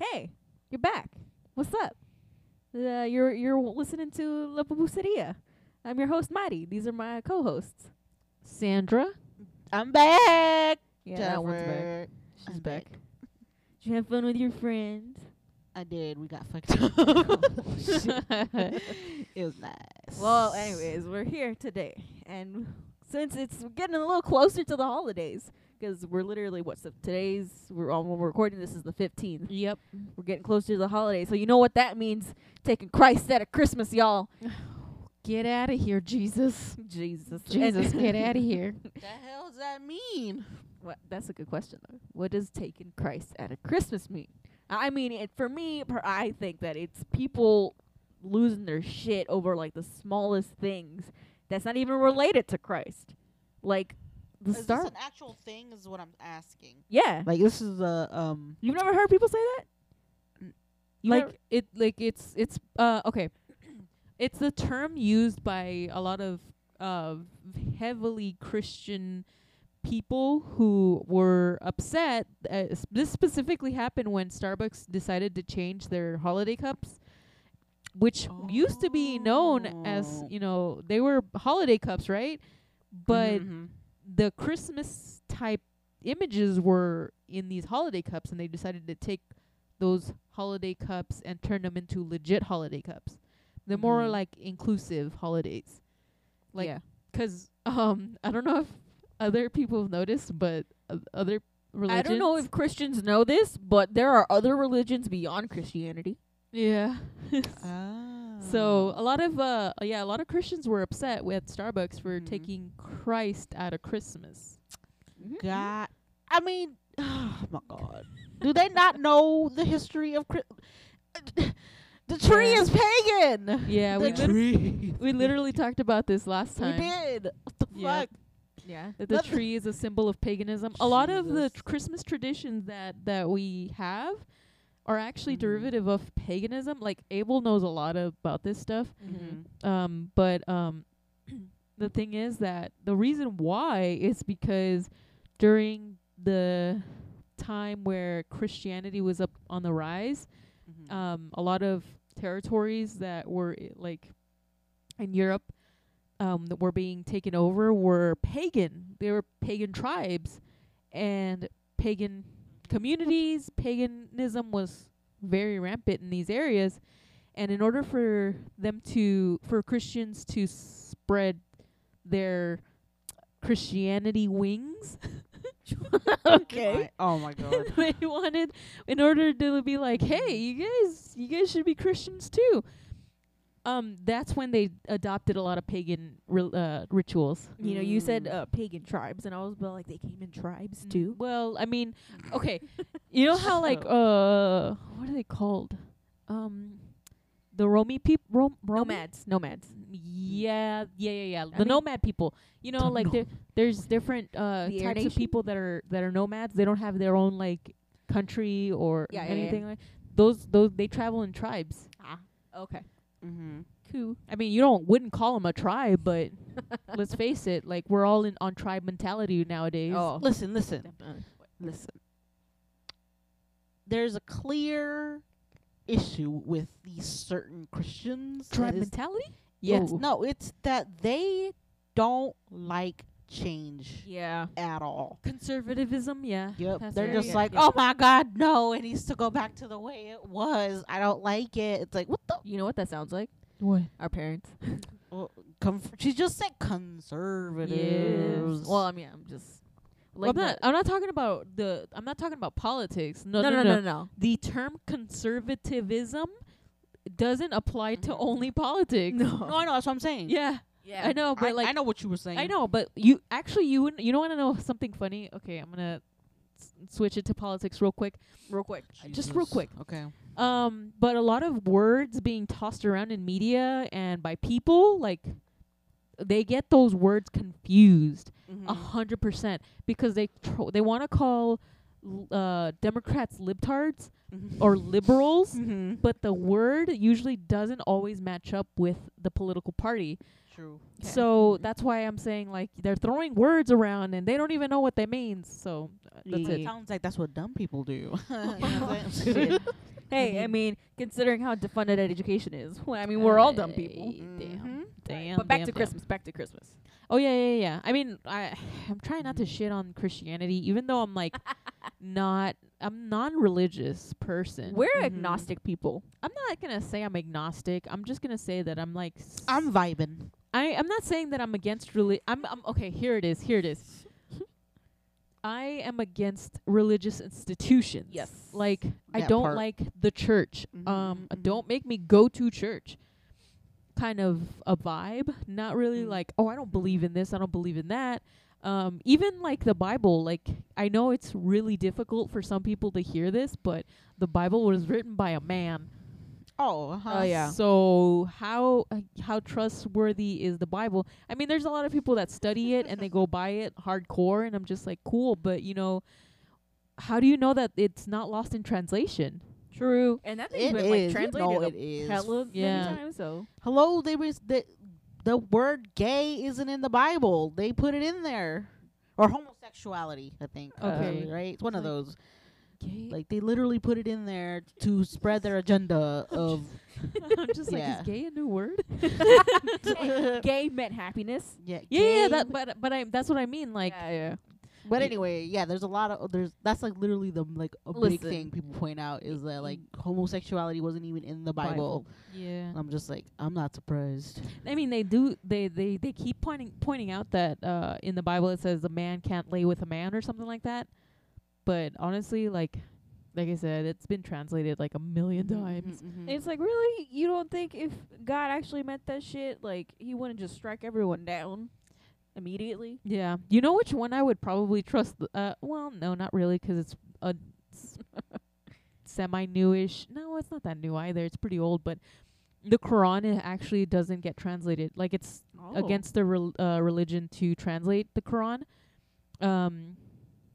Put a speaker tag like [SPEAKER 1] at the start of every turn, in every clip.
[SPEAKER 1] hey, you're back. What's up? Uh, you're you're listening to La Pupuseria. I'm your host, Mari. These are my co-hosts. Sandra.
[SPEAKER 2] I'm back.
[SPEAKER 1] Yeah, that one's back.
[SPEAKER 2] Jennifer.
[SPEAKER 1] She's
[SPEAKER 2] I'm
[SPEAKER 1] back. Did you have fun with your friends?
[SPEAKER 2] I did. We got fucked up. it was nice.
[SPEAKER 1] Well, anyways, we're here today, and since it's getting a little closer to the holidays, because we're literally what so today's we're on when we're recording this is the 15th.
[SPEAKER 3] Yep.
[SPEAKER 1] We're getting closer to the holidays, so you know what that means. Taking Christ out of Christmas, y'all.
[SPEAKER 3] Get out of here, Jesus.
[SPEAKER 1] Jesus,
[SPEAKER 3] Jesus,
[SPEAKER 1] And-
[SPEAKER 3] get out of here.
[SPEAKER 2] the hell does that mean?
[SPEAKER 1] What, that's a good question though. What does taking Christ out of Christmas mean? I mean, it, for me, per, I think that it's people losing their shit over like the smallest things that's not even related to Christ, like the
[SPEAKER 2] Is
[SPEAKER 1] star.
[SPEAKER 2] this an actual thing? Is what I'm asking.
[SPEAKER 1] yeah,
[SPEAKER 2] Like this is a um.
[SPEAKER 1] you've never heard people say that. You
[SPEAKER 3] like
[SPEAKER 1] never-
[SPEAKER 3] it like it's it's uh okay. It's the term used by a lot of uh heavily Christian people who were upset. Uh, s- this specifically happened when Starbucks decided to change their holiday cups which used to be known as,
[SPEAKER 2] Oh.
[SPEAKER 3] you know, they were holiday cups, right? But
[SPEAKER 2] Mhm,
[SPEAKER 3] the Christmas type images were in these holiday cups, and they decided to take those holiday cups and turn them into legit holiday cups. The more
[SPEAKER 2] Mhm.
[SPEAKER 3] like inclusive holidays, like
[SPEAKER 1] Mm-hmm. yeah.
[SPEAKER 3] 'cause, um I don't know if other people have noticed, but o- other religions.
[SPEAKER 1] I don't know if Christians know this, but there are other religions beyond Christianity.
[SPEAKER 3] yeah.
[SPEAKER 2] mhm.
[SPEAKER 3] Oh.
[SPEAKER 2] Ah.
[SPEAKER 3] So a lot of uh yeah a lot of Christians were upset with Starbucks for
[SPEAKER 1] Mm-hmm.
[SPEAKER 2] Mhm.
[SPEAKER 3] taking Christ out of Christmas.
[SPEAKER 2] God, I mean, oh my God, do they not know the history of Chri- the tree
[SPEAKER 3] Yeah.
[SPEAKER 2] is pagan?
[SPEAKER 3] Yeah,
[SPEAKER 2] the
[SPEAKER 3] we lit-
[SPEAKER 2] tree.
[SPEAKER 3] we literally talked about this last
[SPEAKER 2] we
[SPEAKER 3] time.
[SPEAKER 2] did. What the
[SPEAKER 3] Yeah.
[SPEAKER 2] fuck?
[SPEAKER 1] Yeah,
[SPEAKER 3] that the
[SPEAKER 2] Let-
[SPEAKER 3] tree is a symbol of paganism. A lot of the
[SPEAKER 2] Jesus.
[SPEAKER 3] tr- Christmas traditions that that we have are actually
[SPEAKER 2] Mhm.
[SPEAKER 3] derivative of paganism. Like Abel knows a lot about this stuff.
[SPEAKER 2] Mm-hmm.
[SPEAKER 3] Um, but um, the thing is that the reason why is because during the time where Christianity was up on the rise,
[SPEAKER 2] Mhm.
[SPEAKER 3] um, a lot of territories that were i- like in Europe um, that were being taken over were pagan. They were pagan tribes and pagan communities. Paganism was very rampant in these areas, and in order for them to for Christians to spread their Christianity wings,
[SPEAKER 1] okay.
[SPEAKER 2] My- oh my God.
[SPEAKER 3] they wanted in order to be like, hey, you guys, you guys should be Christians too. Um, that's when they adopted a lot of pagan ri- uh, rituals.
[SPEAKER 1] You know, you said
[SPEAKER 2] Mm.
[SPEAKER 1] uh, pagan tribes, and I was about, like, they came in tribes too.
[SPEAKER 3] Mm. Well, I mean, okay, you know how like
[SPEAKER 2] Shut
[SPEAKER 3] uh, what are they called? Um, the Romi people, Rom- Romi?
[SPEAKER 1] Nomads, nomads.
[SPEAKER 3] Yeah, yeah, yeah, yeah. the
[SPEAKER 1] Mm-hmm. mean-
[SPEAKER 3] nomad people. You know,
[SPEAKER 1] The
[SPEAKER 3] like there, there's different uh,
[SPEAKER 1] The Air
[SPEAKER 3] types of
[SPEAKER 1] Nation?
[SPEAKER 3] people that are that are nomads. They don't have their own like country or
[SPEAKER 1] Yeah, yeah, yeah.
[SPEAKER 3] anything like. Those those they travel in tribes.
[SPEAKER 1] Ah, okay.
[SPEAKER 2] mm-hmm.
[SPEAKER 1] Cool.
[SPEAKER 3] I mean, you don't wouldn't call them a tribe, but let's face it, like we're all in on tribe mentality nowadays.
[SPEAKER 1] Oh.
[SPEAKER 2] Listen, listen, listen. There's a clear issue with these certain Christians.
[SPEAKER 3] tribe
[SPEAKER 2] that is-
[SPEAKER 3] mentality? Oh.
[SPEAKER 2] It's, no, it's that they don't like change
[SPEAKER 1] Yeah.
[SPEAKER 2] at all.
[SPEAKER 3] Conservatism, yeah.
[SPEAKER 2] Yep.
[SPEAKER 3] That's
[SPEAKER 2] They're
[SPEAKER 3] right.
[SPEAKER 2] just
[SPEAKER 1] Yeah,
[SPEAKER 2] like,
[SPEAKER 1] yeah.
[SPEAKER 2] oh my God, no, it needs to go back to the way it was. I don't like it. It's like, what the?
[SPEAKER 1] You know what that sounds like?
[SPEAKER 3] What?
[SPEAKER 1] Our parents.
[SPEAKER 2] Well, com- she just said conservatives.
[SPEAKER 1] Well, I mean, I'm just like
[SPEAKER 3] I'm not. I'm not talking about the. I'm not talking about politics. uh, No, no, no,
[SPEAKER 1] no,
[SPEAKER 3] The term conservatism doesn't apply to
[SPEAKER 2] Mhm.
[SPEAKER 3] only politics.
[SPEAKER 2] no, I know. That's what I'm saying.
[SPEAKER 3] Yeah,
[SPEAKER 1] Yeah.
[SPEAKER 3] I know, but
[SPEAKER 2] I,
[SPEAKER 3] like
[SPEAKER 2] I know what you were saying.
[SPEAKER 3] I know, but you actually you wouldn't- you don't want to know something funny. Okay, I'm gonna s- switch it to politics real quick.
[SPEAKER 1] Real quick.
[SPEAKER 3] Just real
[SPEAKER 2] Jesus.
[SPEAKER 3] quick.
[SPEAKER 2] Okay.
[SPEAKER 3] Um, but a lot of words being tossed around in media and by people like they get those words confused
[SPEAKER 2] Mm-hmm.
[SPEAKER 3] a hundred percent because they tro- they want to call l- uh Democrats libtards
[SPEAKER 2] Mm-hmm.
[SPEAKER 3] or liberals,
[SPEAKER 2] hmm
[SPEAKER 3] but the word usually doesn't always match up with the political party.
[SPEAKER 2] True.
[SPEAKER 3] So that's why I'm saying like they're throwing words around and they don't even know what that means. So uh, that's
[SPEAKER 2] But
[SPEAKER 3] it.
[SPEAKER 2] sounds like that's what dumb people do. You know what I'm
[SPEAKER 1] Oh,
[SPEAKER 2] saying?
[SPEAKER 1] shit. Hey, I
[SPEAKER 3] Mhm.
[SPEAKER 1] mean, considering how defunded education is, well, I mean, we're all dumb people.
[SPEAKER 3] Ay,
[SPEAKER 2] Mhm.
[SPEAKER 3] Damn. Damn.
[SPEAKER 1] but back
[SPEAKER 3] damn,
[SPEAKER 1] to
[SPEAKER 3] damn.
[SPEAKER 1] Christmas. Back to Christmas.
[SPEAKER 3] Oh yeah, yeah, yeah, yeah. I mean, I I'm trying not to shit on Christianity, even though I'm like not I'm non-religious person.
[SPEAKER 1] We're
[SPEAKER 3] Mhm.
[SPEAKER 1] agnostic people.
[SPEAKER 3] I'm not gonna say I'm agnostic. I'm just gonna say that I'm like s-
[SPEAKER 2] I'm vibing.
[SPEAKER 3] I I'm not saying that I'm against reli- I'm I'm okay. Here it is. Here it is. I am against religious institutions.
[SPEAKER 1] Yes.
[SPEAKER 3] Like I
[SPEAKER 2] That
[SPEAKER 3] don't
[SPEAKER 2] part.
[SPEAKER 3] like the church.
[SPEAKER 2] Mhm,
[SPEAKER 3] Um,
[SPEAKER 2] mhm.
[SPEAKER 3] don't make me go to church. Kind of a vibe. Not really
[SPEAKER 1] Mm.
[SPEAKER 3] like oh I don't believe in this. I don't believe in that. Um, even like the Bible. Like I know it's really difficult for some people to hear this, but the Bible was written by a man.
[SPEAKER 2] Oh, uh-huh.
[SPEAKER 1] Oh, yeah.
[SPEAKER 3] Uh, So how uh, how trustworthy is the Bible? I mean, there's a lot of people that study it and they go by it hardcore, and I'm just like, cool, but you know, how do you know that it's not lost in translation?
[SPEAKER 1] True. And that thing's
[SPEAKER 2] It
[SPEAKER 1] been
[SPEAKER 2] is.
[SPEAKER 1] like translated
[SPEAKER 2] no,
[SPEAKER 1] a
[SPEAKER 2] it is.
[SPEAKER 1] hella
[SPEAKER 3] Yeah.
[SPEAKER 1] many times. So
[SPEAKER 2] Hello, they was the the word gay isn't in the Bible. They put it in there. Or homosexuality, I think.
[SPEAKER 3] Okay.
[SPEAKER 2] Uh, right? It's one of
[SPEAKER 3] Like-
[SPEAKER 2] those. Like they literally put it in there to spread their agenda of
[SPEAKER 3] I'm just
[SPEAKER 2] Yeah.
[SPEAKER 3] like, is gay a new word?
[SPEAKER 1] gay meant happiness.
[SPEAKER 2] yeah,
[SPEAKER 3] Yeah, yeah,
[SPEAKER 2] gay.
[SPEAKER 3] that, but but I, that's what I mean. Like,
[SPEAKER 1] yeah, yeah.
[SPEAKER 2] But
[SPEAKER 3] Y-
[SPEAKER 2] anyway, yeah, there's a lot of there's that's like literally the like a big
[SPEAKER 1] Listen.
[SPEAKER 2] thing people point out is that like
[SPEAKER 1] Mm.
[SPEAKER 2] homosexuality wasn't even in the Bible.
[SPEAKER 1] Bible.
[SPEAKER 3] yeah.
[SPEAKER 2] I'm just like I'm not surprised.
[SPEAKER 3] I mean, they do. They they they keep pointing pointing out that uh, in the Bible it says a man can't lay with a man or something like that. But honestly, like like I said, it's been translated like a 1000000
[SPEAKER 2] Mm-hmm.
[SPEAKER 1] Mm-hmm,
[SPEAKER 3] times.
[SPEAKER 1] It's like really, you don't think if God actually meant that shit, like he wouldn't just strike everyone down immediately?
[SPEAKER 3] Yeah, you know which one I would probably trust. th- Uh, well, no, not really, 'cause it's a semi newish. No, it's not that new either. It's pretty old, but the Quran it actually doesn't get translated. Like it's
[SPEAKER 1] Oh.
[SPEAKER 3] against the rel- uh, religion to translate the Quran. Um,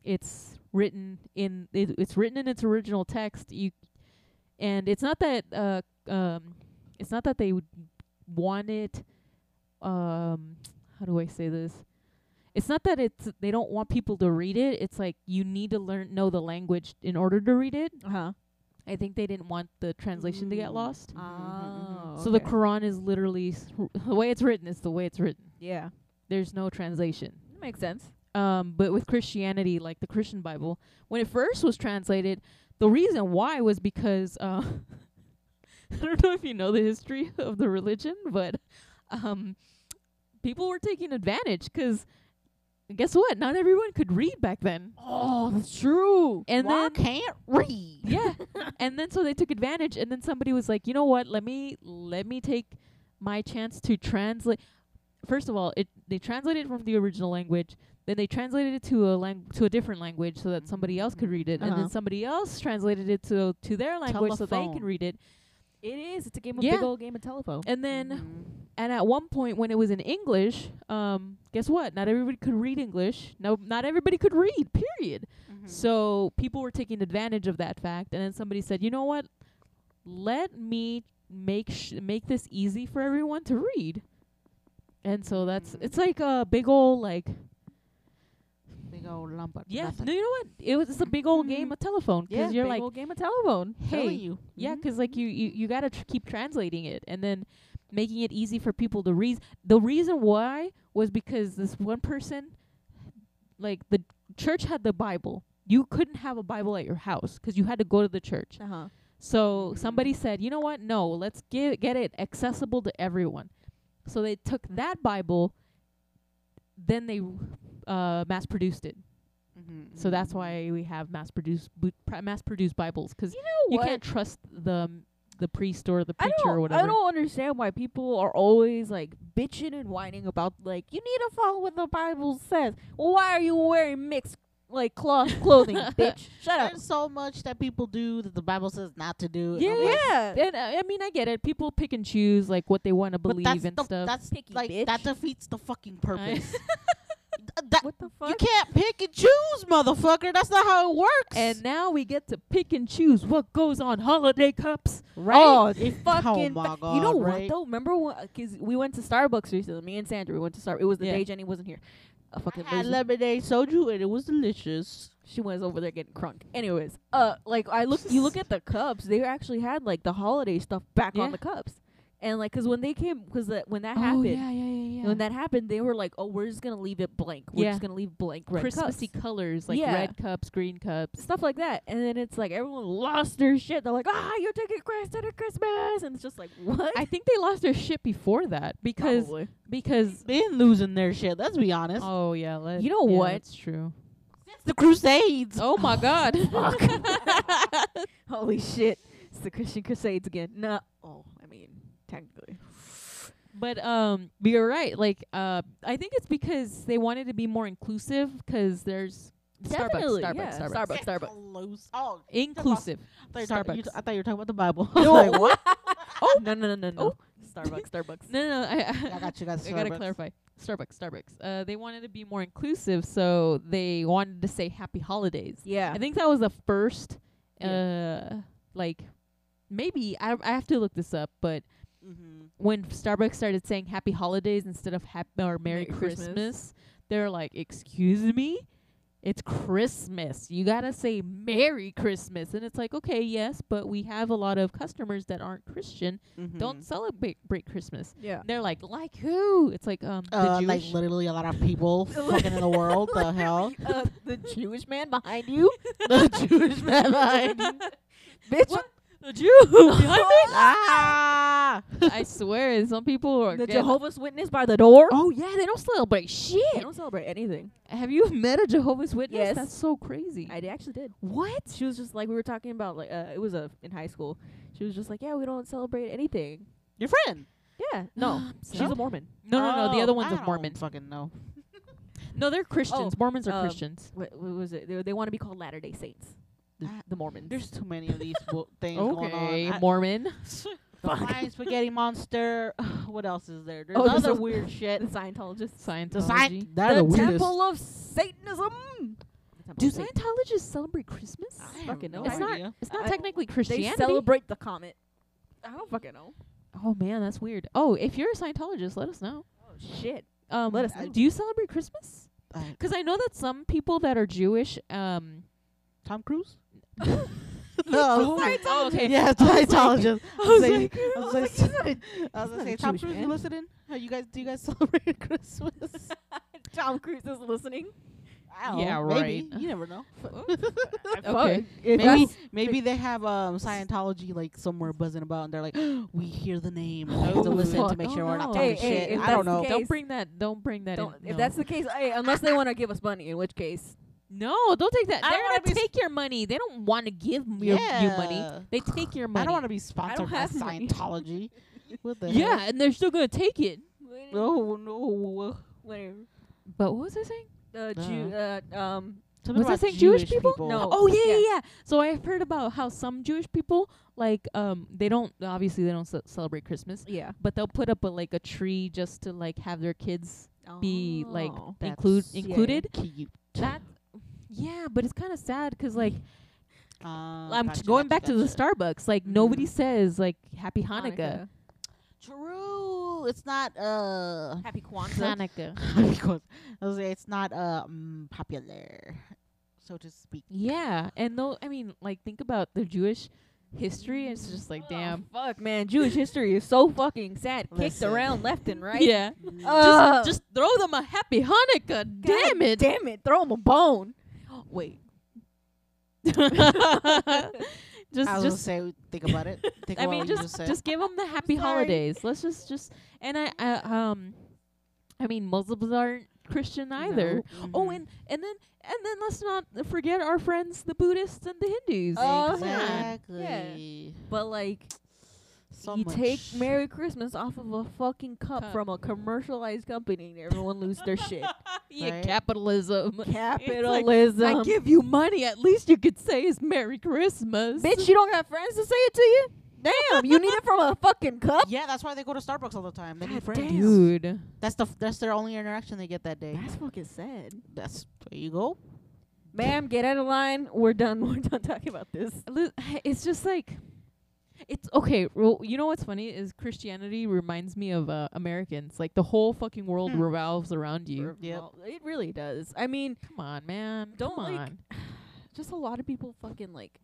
[SPEAKER 3] it's written in it, it's written in its original text. You and it's not that uh um it's not that they would want it. Um, how do I say this? It's not that it's they don't want people to read it. It's like you need to learn know the language in order to read it.
[SPEAKER 1] Uh huh.
[SPEAKER 3] I think they didn't want the translation to get
[SPEAKER 2] Mm.
[SPEAKER 1] Mm-hmm,
[SPEAKER 3] lost.
[SPEAKER 1] Oh.
[SPEAKER 3] So the
[SPEAKER 1] okay.
[SPEAKER 3] Quran is literally s- the way it's written is the way it's written
[SPEAKER 1] yeah,
[SPEAKER 3] there's no translation.
[SPEAKER 1] that makes sense.
[SPEAKER 3] Um, but with Christianity, like the Christian Bible, when it first was translated, the reason why was because uh, I don't know if you know the history of the religion, but um, people were taking advantage because guess what? Not everyone could read back then.
[SPEAKER 1] Oh, that's true.
[SPEAKER 3] And
[SPEAKER 2] Why
[SPEAKER 3] then
[SPEAKER 2] can't
[SPEAKER 1] Mm-hmm,
[SPEAKER 2] read.
[SPEAKER 3] yeah, and then so they took advantage, and then somebody was like, you know what? Let me let me take my chance to translate. First of all, it they translated it from the original language, then they translated it to a lang- to a different language so that somebody else could read it, and
[SPEAKER 1] Uh-huh.
[SPEAKER 3] then somebody else translated it to to their language so they
[SPEAKER 2] Telephone.
[SPEAKER 3] can read it,
[SPEAKER 1] It is. It's a game
[SPEAKER 3] of
[SPEAKER 1] of
[SPEAKER 3] big
[SPEAKER 1] big old game of telephone.
[SPEAKER 3] and then
[SPEAKER 2] Mm-hmm.
[SPEAKER 1] mm-hmm.
[SPEAKER 3] and at one point when it was in English, um, guess what? Not everybody could read English. No, not everybody could read. Period. So people were taking advantage of that fact, and then somebody said, "You know what? Let me make sh- make this easy for everyone to read." And so that's
[SPEAKER 2] Mhm.
[SPEAKER 3] it's like a big old like
[SPEAKER 2] big old lump of
[SPEAKER 3] yeah
[SPEAKER 2] nothing.
[SPEAKER 3] no you know what Hmm. it was it's a big old game of telephone because you're
[SPEAKER 1] big
[SPEAKER 3] like
[SPEAKER 1] old game of telephone.
[SPEAKER 3] Telling
[SPEAKER 1] Hey,
[SPEAKER 2] you.
[SPEAKER 3] yeah, 'cause
[SPEAKER 2] mm-hmm.
[SPEAKER 3] like you you you gotta tr- keep translating it and then making it easy for people to read. The reason why was because this one person, like the church had the Bible. You couldn't have a Bible at your house 'cause you had to go to the church.
[SPEAKER 1] uh huh.
[SPEAKER 3] So
[SPEAKER 2] Mhm.
[SPEAKER 3] somebody said, you know what? No, let's get get it accessible to everyone. So they took that Bible, then they uh, mass produced it.
[SPEAKER 1] Mm-hmm,
[SPEAKER 3] So
[SPEAKER 2] Mm-hmm.
[SPEAKER 3] that's why we have mass produced mass produced Bibles 'cause you can't trust the the priest or the
[SPEAKER 1] I
[SPEAKER 3] preacher
[SPEAKER 1] don't,
[SPEAKER 3] or whatever.
[SPEAKER 1] I don't understand why people are always like bitching and whining about like you need to follow what the Bible says. Well, why are you wearing mixed like cloth clothing, bitch? Shut up.
[SPEAKER 2] There's so much that people do that the Bible says not to do. and I'm like,
[SPEAKER 1] Yeah.
[SPEAKER 3] And uh, I mean, I get it. People pick and choose like what they want to
[SPEAKER 2] but
[SPEAKER 3] believe
[SPEAKER 2] that's
[SPEAKER 3] and
[SPEAKER 2] the,
[SPEAKER 3] stuff.
[SPEAKER 2] That's
[SPEAKER 1] Picky
[SPEAKER 2] like
[SPEAKER 1] bitch.
[SPEAKER 2] that defeats the fucking
[SPEAKER 3] I-
[SPEAKER 2] purpose. Th- that,
[SPEAKER 1] What the
[SPEAKER 2] you
[SPEAKER 1] fuck?
[SPEAKER 2] can't pick and choose, motherfucker. That's not how it works.
[SPEAKER 3] and now we get to pick and choose what goes on holiday cups.
[SPEAKER 1] Right?
[SPEAKER 2] Oh,
[SPEAKER 1] You
[SPEAKER 2] oh
[SPEAKER 1] fucking.
[SPEAKER 2] my
[SPEAKER 1] fa- you know
[SPEAKER 2] God,
[SPEAKER 1] what
[SPEAKER 2] right?
[SPEAKER 1] though? Remember when? Because we went to Starbucks recently. Me and Sandra, we went to Starbucks. It was the
[SPEAKER 3] Yeah.
[SPEAKER 1] day Jenny wasn't here. A fucking
[SPEAKER 2] I had
[SPEAKER 1] loser.
[SPEAKER 2] lemonade soju and it was delicious.
[SPEAKER 1] She was over there getting crunk. Anyways, uh, like I look, you look at the cups. They actually had like the holiday stuff back
[SPEAKER 3] Yeah.
[SPEAKER 1] on the cups, and like, cause when they came, cause that when that
[SPEAKER 3] Oh
[SPEAKER 1] happened,
[SPEAKER 3] yeah, yeah, yeah, yeah.
[SPEAKER 1] when that happened, they were like, oh, we're just gonna leave it blank. We're
[SPEAKER 3] Yeah.
[SPEAKER 1] just gonna leave blank red
[SPEAKER 3] Christmassy
[SPEAKER 1] cups.
[SPEAKER 3] colors like
[SPEAKER 1] Yeah.
[SPEAKER 3] red cups, green cups.
[SPEAKER 1] Stuff like that, and then it's like everyone lost their shit. They're like, "Ah, you're taking Christ out of Christmas," and it's just like, "What?"
[SPEAKER 3] I think they lost their shit before that because
[SPEAKER 1] Probably.
[SPEAKER 3] because
[SPEAKER 2] Been losing their shit. Let's be honest.
[SPEAKER 3] oh yeah, let,
[SPEAKER 1] You know
[SPEAKER 3] yeah,
[SPEAKER 1] what?
[SPEAKER 3] It's true.
[SPEAKER 2] It's the Crusades.
[SPEAKER 3] Oh my god.
[SPEAKER 1] Holy shit. It's the Christian Crusades again. No. Oh, I mean, technically.
[SPEAKER 3] But um, but you're right. Like uh, I think it's because they wanted to be more inclusive 'cause there's
[SPEAKER 1] Definitely,
[SPEAKER 3] Starbucks, Starbucks,
[SPEAKER 1] yeah,
[SPEAKER 3] Starbucks,
[SPEAKER 1] Starbucks.
[SPEAKER 2] Get close. Oh,
[SPEAKER 3] inclusive.
[SPEAKER 2] I thought, you were talking- you-
[SPEAKER 3] Starbucks.
[SPEAKER 2] I thought you were talking about the Bible.
[SPEAKER 1] No.
[SPEAKER 2] Like, what?
[SPEAKER 1] Oh. No, no, no, no, no.
[SPEAKER 3] Oh.
[SPEAKER 1] Starbucks, Starbucks.
[SPEAKER 3] No, no, no, I,
[SPEAKER 2] I got you guys.
[SPEAKER 3] I gotta
[SPEAKER 2] Starbucks.
[SPEAKER 3] clarify. Starbucks, Starbucks. Uh, they wanted to be more inclusive, so they wanted to say Happy Holidays.
[SPEAKER 1] Yeah.
[SPEAKER 3] I think that was the first, uh, like, maybe I I have to look this up, but
[SPEAKER 2] Mhm.
[SPEAKER 3] when Starbucks started saying Happy Holidays instead of Happy or Merry,
[SPEAKER 1] Merry Christmas.
[SPEAKER 3] Christmas, they're like, "Excuse me." It's Christmas. You gotta say Merry Christmas, and it's like, okay, yes, but we have a lot of customers that aren't Christian, don't
[SPEAKER 2] Mhm.
[SPEAKER 3] celebrate break Christmas.
[SPEAKER 1] Hmm. Yeah.
[SPEAKER 3] And they're like, like who? It's like um
[SPEAKER 2] Uh,
[SPEAKER 3] the
[SPEAKER 2] like
[SPEAKER 3] Jewish.
[SPEAKER 2] literally a lot of people fucking in the world. The hell.
[SPEAKER 1] Uh, the Jewish man behind you?
[SPEAKER 2] the Jewish man behind you.
[SPEAKER 1] Bitch.
[SPEAKER 3] What? the Jew behind me.
[SPEAKER 2] ah!
[SPEAKER 3] I swear, some people are
[SPEAKER 1] The
[SPEAKER 3] get-
[SPEAKER 1] Jehovah's Witness by the door?
[SPEAKER 3] Oh yeah, they don't celebrate
[SPEAKER 1] They
[SPEAKER 3] shit.
[SPEAKER 1] don't celebrate anything.
[SPEAKER 3] Have you met a Jehovah's Witness?
[SPEAKER 1] Yes.
[SPEAKER 3] That's so crazy.
[SPEAKER 1] I d- actually did.
[SPEAKER 3] what?
[SPEAKER 1] She was just like, we were talking about, like, uh, it was uh, in high school. She was just like, yeah, we don't celebrate anything.
[SPEAKER 2] Your friend.
[SPEAKER 1] Yeah. No. She's
[SPEAKER 3] No?
[SPEAKER 1] a Mormon.
[SPEAKER 3] No, no, no. The
[SPEAKER 2] Oh,
[SPEAKER 3] other
[SPEAKER 2] I
[SPEAKER 3] one's a
[SPEAKER 2] don't
[SPEAKER 3] Mormon.
[SPEAKER 2] Fucking no.
[SPEAKER 3] No, they're Christians. Mormons are
[SPEAKER 1] um,
[SPEAKER 3] Christians.
[SPEAKER 1] What, what was it? They, they want to be called Latter day Saints. The,
[SPEAKER 2] Ah,
[SPEAKER 1] the Mormons.
[SPEAKER 2] There's too many of these bo- things going on.
[SPEAKER 3] Okay,
[SPEAKER 2] I-
[SPEAKER 3] Mormon.
[SPEAKER 2] the flying spaghetti monster. what else is there? There's
[SPEAKER 1] Oh, there's
[SPEAKER 2] other
[SPEAKER 1] a-
[SPEAKER 2] weird shit.
[SPEAKER 1] the Scientologists.
[SPEAKER 2] The
[SPEAKER 3] Scientology.
[SPEAKER 2] sci- that's the weirdest.
[SPEAKER 1] Temple of Satanism.
[SPEAKER 3] Do Scientologists celebrate Christmas?
[SPEAKER 2] I have
[SPEAKER 1] fucking
[SPEAKER 2] no
[SPEAKER 1] know.
[SPEAKER 3] it's not.
[SPEAKER 2] idea.
[SPEAKER 3] It's not
[SPEAKER 1] I-
[SPEAKER 3] technically
[SPEAKER 1] They
[SPEAKER 3] Christianity.
[SPEAKER 1] celebrate the comet. I don't fucking know.
[SPEAKER 3] Oh man, that's weird. Oh, if you're a Scientologist, let us know.
[SPEAKER 1] Oh shit.
[SPEAKER 3] Um,
[SPEAKER 1] Let us
[SPEAKER 2] I-
[SPEAKER 3] know. Do you celebrate Christmas?
[SPEAKER 2] I-
[SPEAKER 3] 'Cause I know that some people that are Jewish, um,
[SPEAKER 2] Tom Cruise?
[SPEAKER 3] Oh,
[SPEAKER 2] no.
[SPEAKER 3] oh, okay.
[SPEAKER 2] Yeah, Scientologist. I was like, I was
[SPEAKER 1] like,
[SPEAKER 2] like, I was gonna say,
[SPEAKER 1] he's
[SPEAKER 2] Tom
[SPEAKER 1] Jewish,
[SPEAKER 2] Cruise, you
[SPEAKER 1] man.
[SPEAKER 2] listening? How you guys? Do you guys celebrate Christmas?
[SPEAKER 1] Tom Cruise is listening.
[SPEAKER 2] Ow,
[SPEAKER 3] Yeah,
[SPEAKER 2] maybe.
[SPEAKER 3] right.
[SPEAKER 2] You never know.
[SPEAKER 3] Okay.
[SPEAKER 2] Maybe maybe they have um Scientology like somewhere buzzing about, and they're like, we hear the name. We need to
[SPEAKER 1] Oh,
[SPEAKER 2] listen to
[SPEAKER 3] fuck.
[SPEAKER 2] make
[SPEAKER 3] Oh,
[SPEAKER 2] sure we're not
[SPEAKER 3] no.
[SPEAKER 1] Hey,
[SPEAKER 2] talking
[SPEAKER 1] hey,
[SPEAKER 2] shit.
[SPEAKER 1] if
[SPEAKER 2] I
[SPEAKER 1] that's
[SPEAKER 2] don't
[SPEAKER 1] the
[SPEAKER 2] know.
[SPEAKER 1] case-
[SPEAKER 3] Don't bring that. Don't bring that
[SPEAKER 1] Don't,
[SPEAKER 3] in.
[SPEAKER 1] If
[SPEAKER 3] no.
[SPEAKER 1] that's the case, hey, unless they want to give us money, in which case,
[SPEAKER 3] no, don't take that.
[SPEAKER 2] I
[SPEAKER 3] They're
[SPEAKER 2] don't wanna
[SPEAKER 3] gonna
[SPEAKER 2] be s-
[SPEAKER 3] take your money. They don't want to give m- your, you money.
[SPEAKER 2] Yeah.
[SPEAKER 3] They take your money.
[SPEAKER 2] I don't want to be sponsored by
[SPEAKER 1] have money.
[SPEAKER 2] Scientology. what the
[SPEAKER 3] yeah,
[SPEAKER 2] Hell?
[SPEAKER 3] and they're still gonna take it.
[SPEAKER 2] No, no.
[SPEAKER 1] whatever.
[SPEAKER 3] But what was I saying?
[SPEAKER 1] Uh, Jew, uh, um,
[SPEAKER 2] Something
[SPEAKER 3] Was I
[SPEAKER 2] about
[SPEAKER 3] saying Jewish people?
[SPEAKER 1] No.
[SPEAKER 3] Oh yeah, yeah,
[SPEAKER 1] Yeah.
[SPEAKER 3] yeah. So I've heard about how some Jewish people, like, um, they don't obviously they don't ce- celebrate Christmas,
[SPEAKER 1] yeah.
[SPEAKER 3] but they'll put up a like a tree just to like have their kids be like
[SPEAKER 1] Oh.
[SPEAKER 2] that's-
[SPEAKER 3] include
[SPEAKER 2] yeah, yeah.
[SPEAKER 3] included.
[SPEAKER 2] Cute.
[SPEAKER 3] That yeah, but it's kind of sad 'cause like
[SPEAKER 2] Um,
[SPEAKER 3] I'm
[SPEAKER 2] gotcha,
[SPEAKER 3] going
[SPEAKER 2] gotcha,
[SPEAKER 3] back to the
[SPEAKER 2] gotcha. Mm-hmm.
[SPEAKER 3] Starbucks. Like nobody says like Happy Hanukkah.
[SPEAKER 1] Hanukkah.
[SPEAKER 2] True. It's not uh
[SPEAKER 1] Happy Kwanzaa.
[SPEAKER 3] Hanukkah.
[SPEAKER 2] because I was like, it's not uh um, popular, so to speak.
[SPEAKER 3] Yeah, and though I mean, like think about the Jewish history. It's just like damn.
[SPEAKER 1] Oh, fuck, man. Jewish history is so fucking sad. Kicked
[SPEAKER 2] Listen.
[SPEAKER 1] around left and right.
[SPEAKER 3] Yeah.
[SPEAKER 1] Uh,
[SPEAKER 3] just, just throw them a Happy Hanukkah.
[SPEAKER 1] God
[SPEAKER 3] damn it.
[SPEAKER 1] Damn it. Throw him a bone. Wait.
[SPEAKER 3] just
[SPEAKER 2] I was
[SPEAKER 3] just
[SPEAKER 2] gonna say, think about it. Think
[SPEAKER 3] I
[SPEAKER 2] about
[SPEAKER 3] mean
[SPEAKER 2] what you
[SPEAKER 3] just
[SPEAKER 2] just said.
[SPEAKER 3] just give them the happy
[SPEAKER 1] sorry.
[SPEAKER 3] holidays. Let's just just and I, I um I mean Muslims aren't Christian either. Oh,
[SPEAKER 2] Mhm.
[SPEAKER 3] and and then and then let's not forget our friends, the Buddhists and the Hindus.
[SPEAKER 1] Oh,
[SPEAKER 3] Come on.
[SPEAKER 2] exactly.
[SPEAKER 1] But like,
[SPEAKER 2] So
[SPEAKER 1] you
[SPEAKER 2] much.
[SPEAKER 1] take Merry Christmas off of a fucking cup,
[SPEAKER 3] Cup.
[SPEAKER 1] from a commercialized company, and everyone lose their shit.
[SPEAKER 3] yeah,
[SPEAKER 2] Right?
[SPEAKER 3] capitalism.
[SPEAKER 1] Capitalism.
[SPEAKER 3] I give you money. At least you could say it's Merry Christmas.
[SPEAKER 1] Bitch, you don't got friends to say it to you? Damn, you need it from a fucking cup?
[SPEAKER 2] Yeah, that's why they go to Starbucks all the time. They need
[SPEAKER 1] God
[SPEAKER 2] friends.
[SPEAKER 1] damn.
[SPEAKER 3] dude.
[SPEAKER 2] That's the f- that's their only interaction they get that day.
[SPEAKER 1] That's fucking sad.
[SPEAKER 2] That's there you go.
[SPEAKER 1] Ma'am, get out of line. We're done. We're done talking about this.
[SPEAKER 3] Li- It's just like, it's okay. Well, you know what's funny is Christianity reminds me of uh, Americans. Like the whole fucking world
[SPEAKER 2] Hmm.
[SPEAKER 3] revolves around you.
[SPEAKER 2] Yep.
[SPEAKER 1] Well, it really does. I mean,
[SPEAKER 3] Come on, man.
[SPEAKER 1] Don't,
[SPEAKER 3] Come
[SPEAKER 1] like-
[SPEAKER 3] on.
[SPEAKER 1] just a lot of people fucking like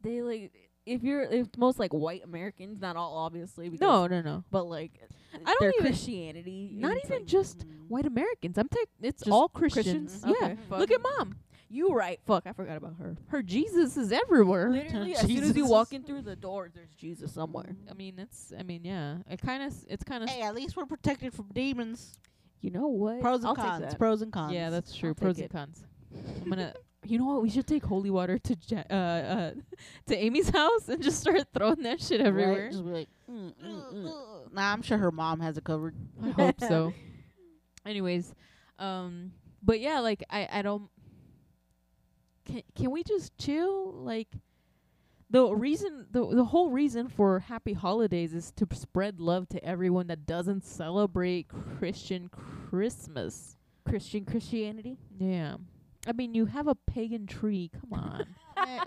[SPEAKER 1] they like if you're if most like white Americans, not all obviously, because,
[SPEAKER 3] No, no, no.
[SPEAKER 1] but like
[SPEAKER 3] I don't
[SPEAKER 1] their
[SPEAKER 3] even-
[SPEAKER 1] Christianity,
[SPEAKER 3] Not
[SPEAKER 1] it's,
[SPEAKER 3] even
[SPEAKER 1] like, mm.
[SPEAKER 3] just
[SPEAKER 2] Mhm.
[SPEAKER 3] white Americans. I'm taking it's
[SPEAKER 1] Just
[SPEAKER 3] all
[SPEAKER 1] Christians.
[SPEAKER 3] Christians. Yeah.
[SPEAKER 1] Okay.
[SPEAKER 3] Look at mom.
[SPEAKER 1] you right. Fuck, I forgot about her.
[SPEAKER 3] Her Jesus is everywhere.
[SPEAKER 1] Literally, as soon as you
[SPEAKER 2] Jesus.
[SPEAKER 1] walk in through the door, there's Jesus somewhere.
[SPEAKER 3] I mean, it's. I mean, yeah. It kind of. It's kind of.
[SPEAKER 2] Hey, at least we're protected from demons.
[SPEAKER 1] You know what?
[SPEAKER 2] Pros and
[SPEAKER 1] I'll take
[SPEAKER 2] cons.
[SPEAKER 1] that.
[SPEAKER 2] Pros and cons.
[SPEAKER 3] Yeah, that's true.
[SPEAKER 1] I'll take
[SPEAKER 3] Pros and
[SPEAKER 1] it.
[SPEAKER 3] cons. I'm gonna. You know what? We should take holy water to ja- uh, uh to Amy's house and just start throwing that shit
[SPEAKER 2] Right?
[SPEAKER 3] everywhere.
[SPEAKER 2] Just be like, mm, mm, mm. Nah, I'm sure her mom has it covered.
[SPEAKER 3] I hope so. Anyways, um, but yeah, like I, I don't. Can can we just chill? Like, the reason, the the whole reason for Happy Holidays is to spread love to everyone that doesn't celebrate Christian Christmas.
[SPEAKER 1] Christian Christianity.
[SPEAKER 3] Yeah, I mean, you have a pagan tree. Come on.
[SPEAKER 2] Eh,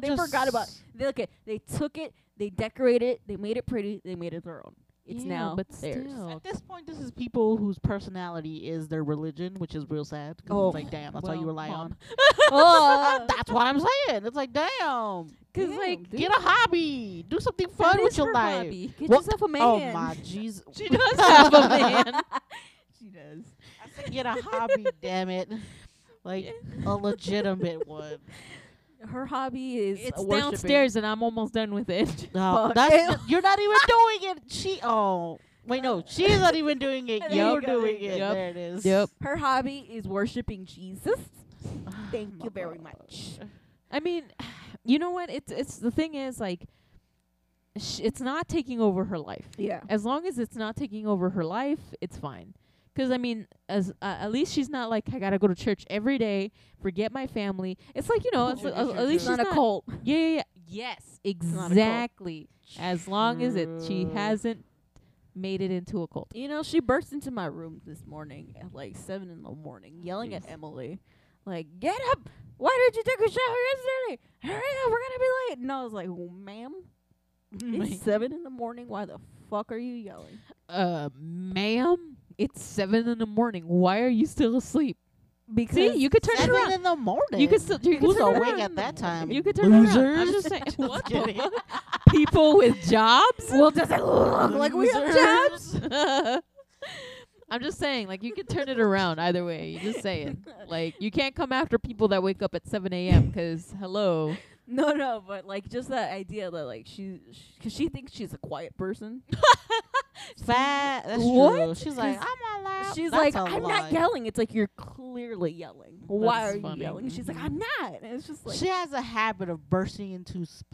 [SPEAKER 1] They
[SPEAKER 2] just
[SPEAKER 1] forgot about- They okay, they took it, they decorated it, they made it pretty, they made it their own. It's
[SPEAKER 3] Yeah,
[SPEAKER 1] now
[SPEAKER 3] but
[SPEAKER 1] theirs.
[SPEAKER 3] still.
[SPEAKER 2] At this point, this is people whose personality is their religion, which is real sad. 'cause
[SPEAKER 1] Oh.
[SPEAKER 2] it's like, damn, that's all
[SPEAKER 3] Well,
[SPEAKER 2] you rely
[SPEAKER 3] mom.
[SPEAKER 2] on.
[SPEAKER 1] oh,
[SPEAKER 2] that's what I'm saying. It's like, damn,
[SPEAKER 3] Cause
[SPEAKER 1] Damn,
[SPEAKER 3] like
[SPEAKER 1] dude.
[SPEAKER 2] get a hobby, do something
[SPEAKER 3] that
[SPEAKER 2] fun with
[SPEAKER 3] is
[SPEAKER 2] your
[SPEAKER 3] her
[SPEAKER 2] life.
[SPEAKER 3] hobby.
[SPEAKER 1] get
[SPEAKER 2] What-
[SPEAKER 1] yourself a man.
[SPEAKER 2] Oh my Jesus,
[SPEAKER 3] She does have a man.
[SPEAKER 1] she does.
[SPEAKER 2] I said get a hobby, damn it, like a legitimate one.
[SPEAKER 1] Her hobby is
[SPEAKER 3] It's
[SPEAKER 1] worshiping.
[SPEAKER 3] downstairs, and I'm almost done with it.
[SPEAKER 2] No,
[SPEAKER 1] Fuck.
[SPEAKER 2] that's you're not even doing it. She oh wait no, she's not even doing it.
[SPEAKER 1] There you
[SPEAKER 2] You're
[SPEAKER 1] go,
[SPEAKER 2] doing
[SPEAKER 1] there you
[SPEAKER 2] it.
[SPEAKER 3] go.
[SPEAKER 2] There it is.
[SPEAKER 1] Her hobby is worshiping Jesus. Thank
[SPEAKER 2] my
[SPEAKER 1] you very
[SPEAKER 2] God.
[SPEAKER 1] much.
[SPEAKER 3] I mean, you know what? It's it's the thing is like, sh- it's not taking over her life.
[SPEAKER 1] Yeah.
[SPEAKER 3] As long as it's not taking over her life, it's fine. 'Cause I mean, as uh, at least she's not like I gotta go to church every day, forget my family. It's like you know, it's,
[SPEAKER 2] Sure,
[SPEAKER 3] uh,
[SPEAKER 2] sure,
[SPEAKER 3] at least
[SPEAKER 1] It's
[SPEAKER 2] sure.
[SPEAKER 3] she's
[SPEAKER 1] not a cult.
[SPEAKER 3] Yeah, yeah, yeah. Yes,
[SPEAKER 1] not a cult.
[SPEAKER 3] exactly. As long as it she
[SPEAKER 2] True.
[SPEAKER 3] hasn't made it into a cult.
[SPEAKER 1] You know, she burst into my room this morning at like seven in the morning, yelling at Emily, like, "Get up! Why did you take a shower yesterday? Hurry up! We're gonna be late!" And I was like, well, "Ma'am, it's seven in the morning. Why the fuck are you yelling?"
[SPEAKER 3] Uh, ma'am, it's seven in the morning. Why are you still asleep?
[SPEAKER 1] Because
[SPEAKER 3] See, you could turn it
[SPEAKER 2] Seven
[SPEAKER 3] around.
[SPEAKER 2] in the morning.
[SPEAKER 3] You could still. You could
[SPEAKER 2] Who's
[SPEAKER 3] turn it
[SPEAKER 2] awake
[SPEAKER 3] around.
[SPEAKER 2] at that time?
[SPEAKER 3] You could turn it around. I'm
[SPEAKER 2] Losers.
[SPEAKER 3] just saying. what the
[SPEAKER 2] kidding.
[SPEAKER 3] fuck? People with jobs.
[SPEAKER 1] well, does it look like we have jobs?
[SPEAKER 3] I'm just saying, like you could turn it around either way. You just saying, like you can't come after people that wake up at 7 a.m. Because hello,
[SPEAKER 1] No, no, but like just that idea that like she, because she thinks she's a quiet person.
[SPEAKER 2] fat. That's true.
[SPEAKER 1] What?
[SPEAKER 2] She's like,
[SPEAKER 1] Cause
[SPEAKER 2] I'm all loud.
[SPEAKER 1] She's like,
[SPEAKER 2] That's a
[SPEAKER 1] I'm
[SPEAKER 2] lie.
[SPEAKER 1] not yelling. It's like you're clearly yelling. Why
[SPEAKER 3] That's
[SPEAKER 1] are
[SPEAKER 3] funny.
[SPEAKER 1] you yelling? She's like,
[SPEAKER 2] Mhm.
[SPEAKER 1] I'm not. And it's just like,
[SPEAKER 2] she has a habit of bursting into s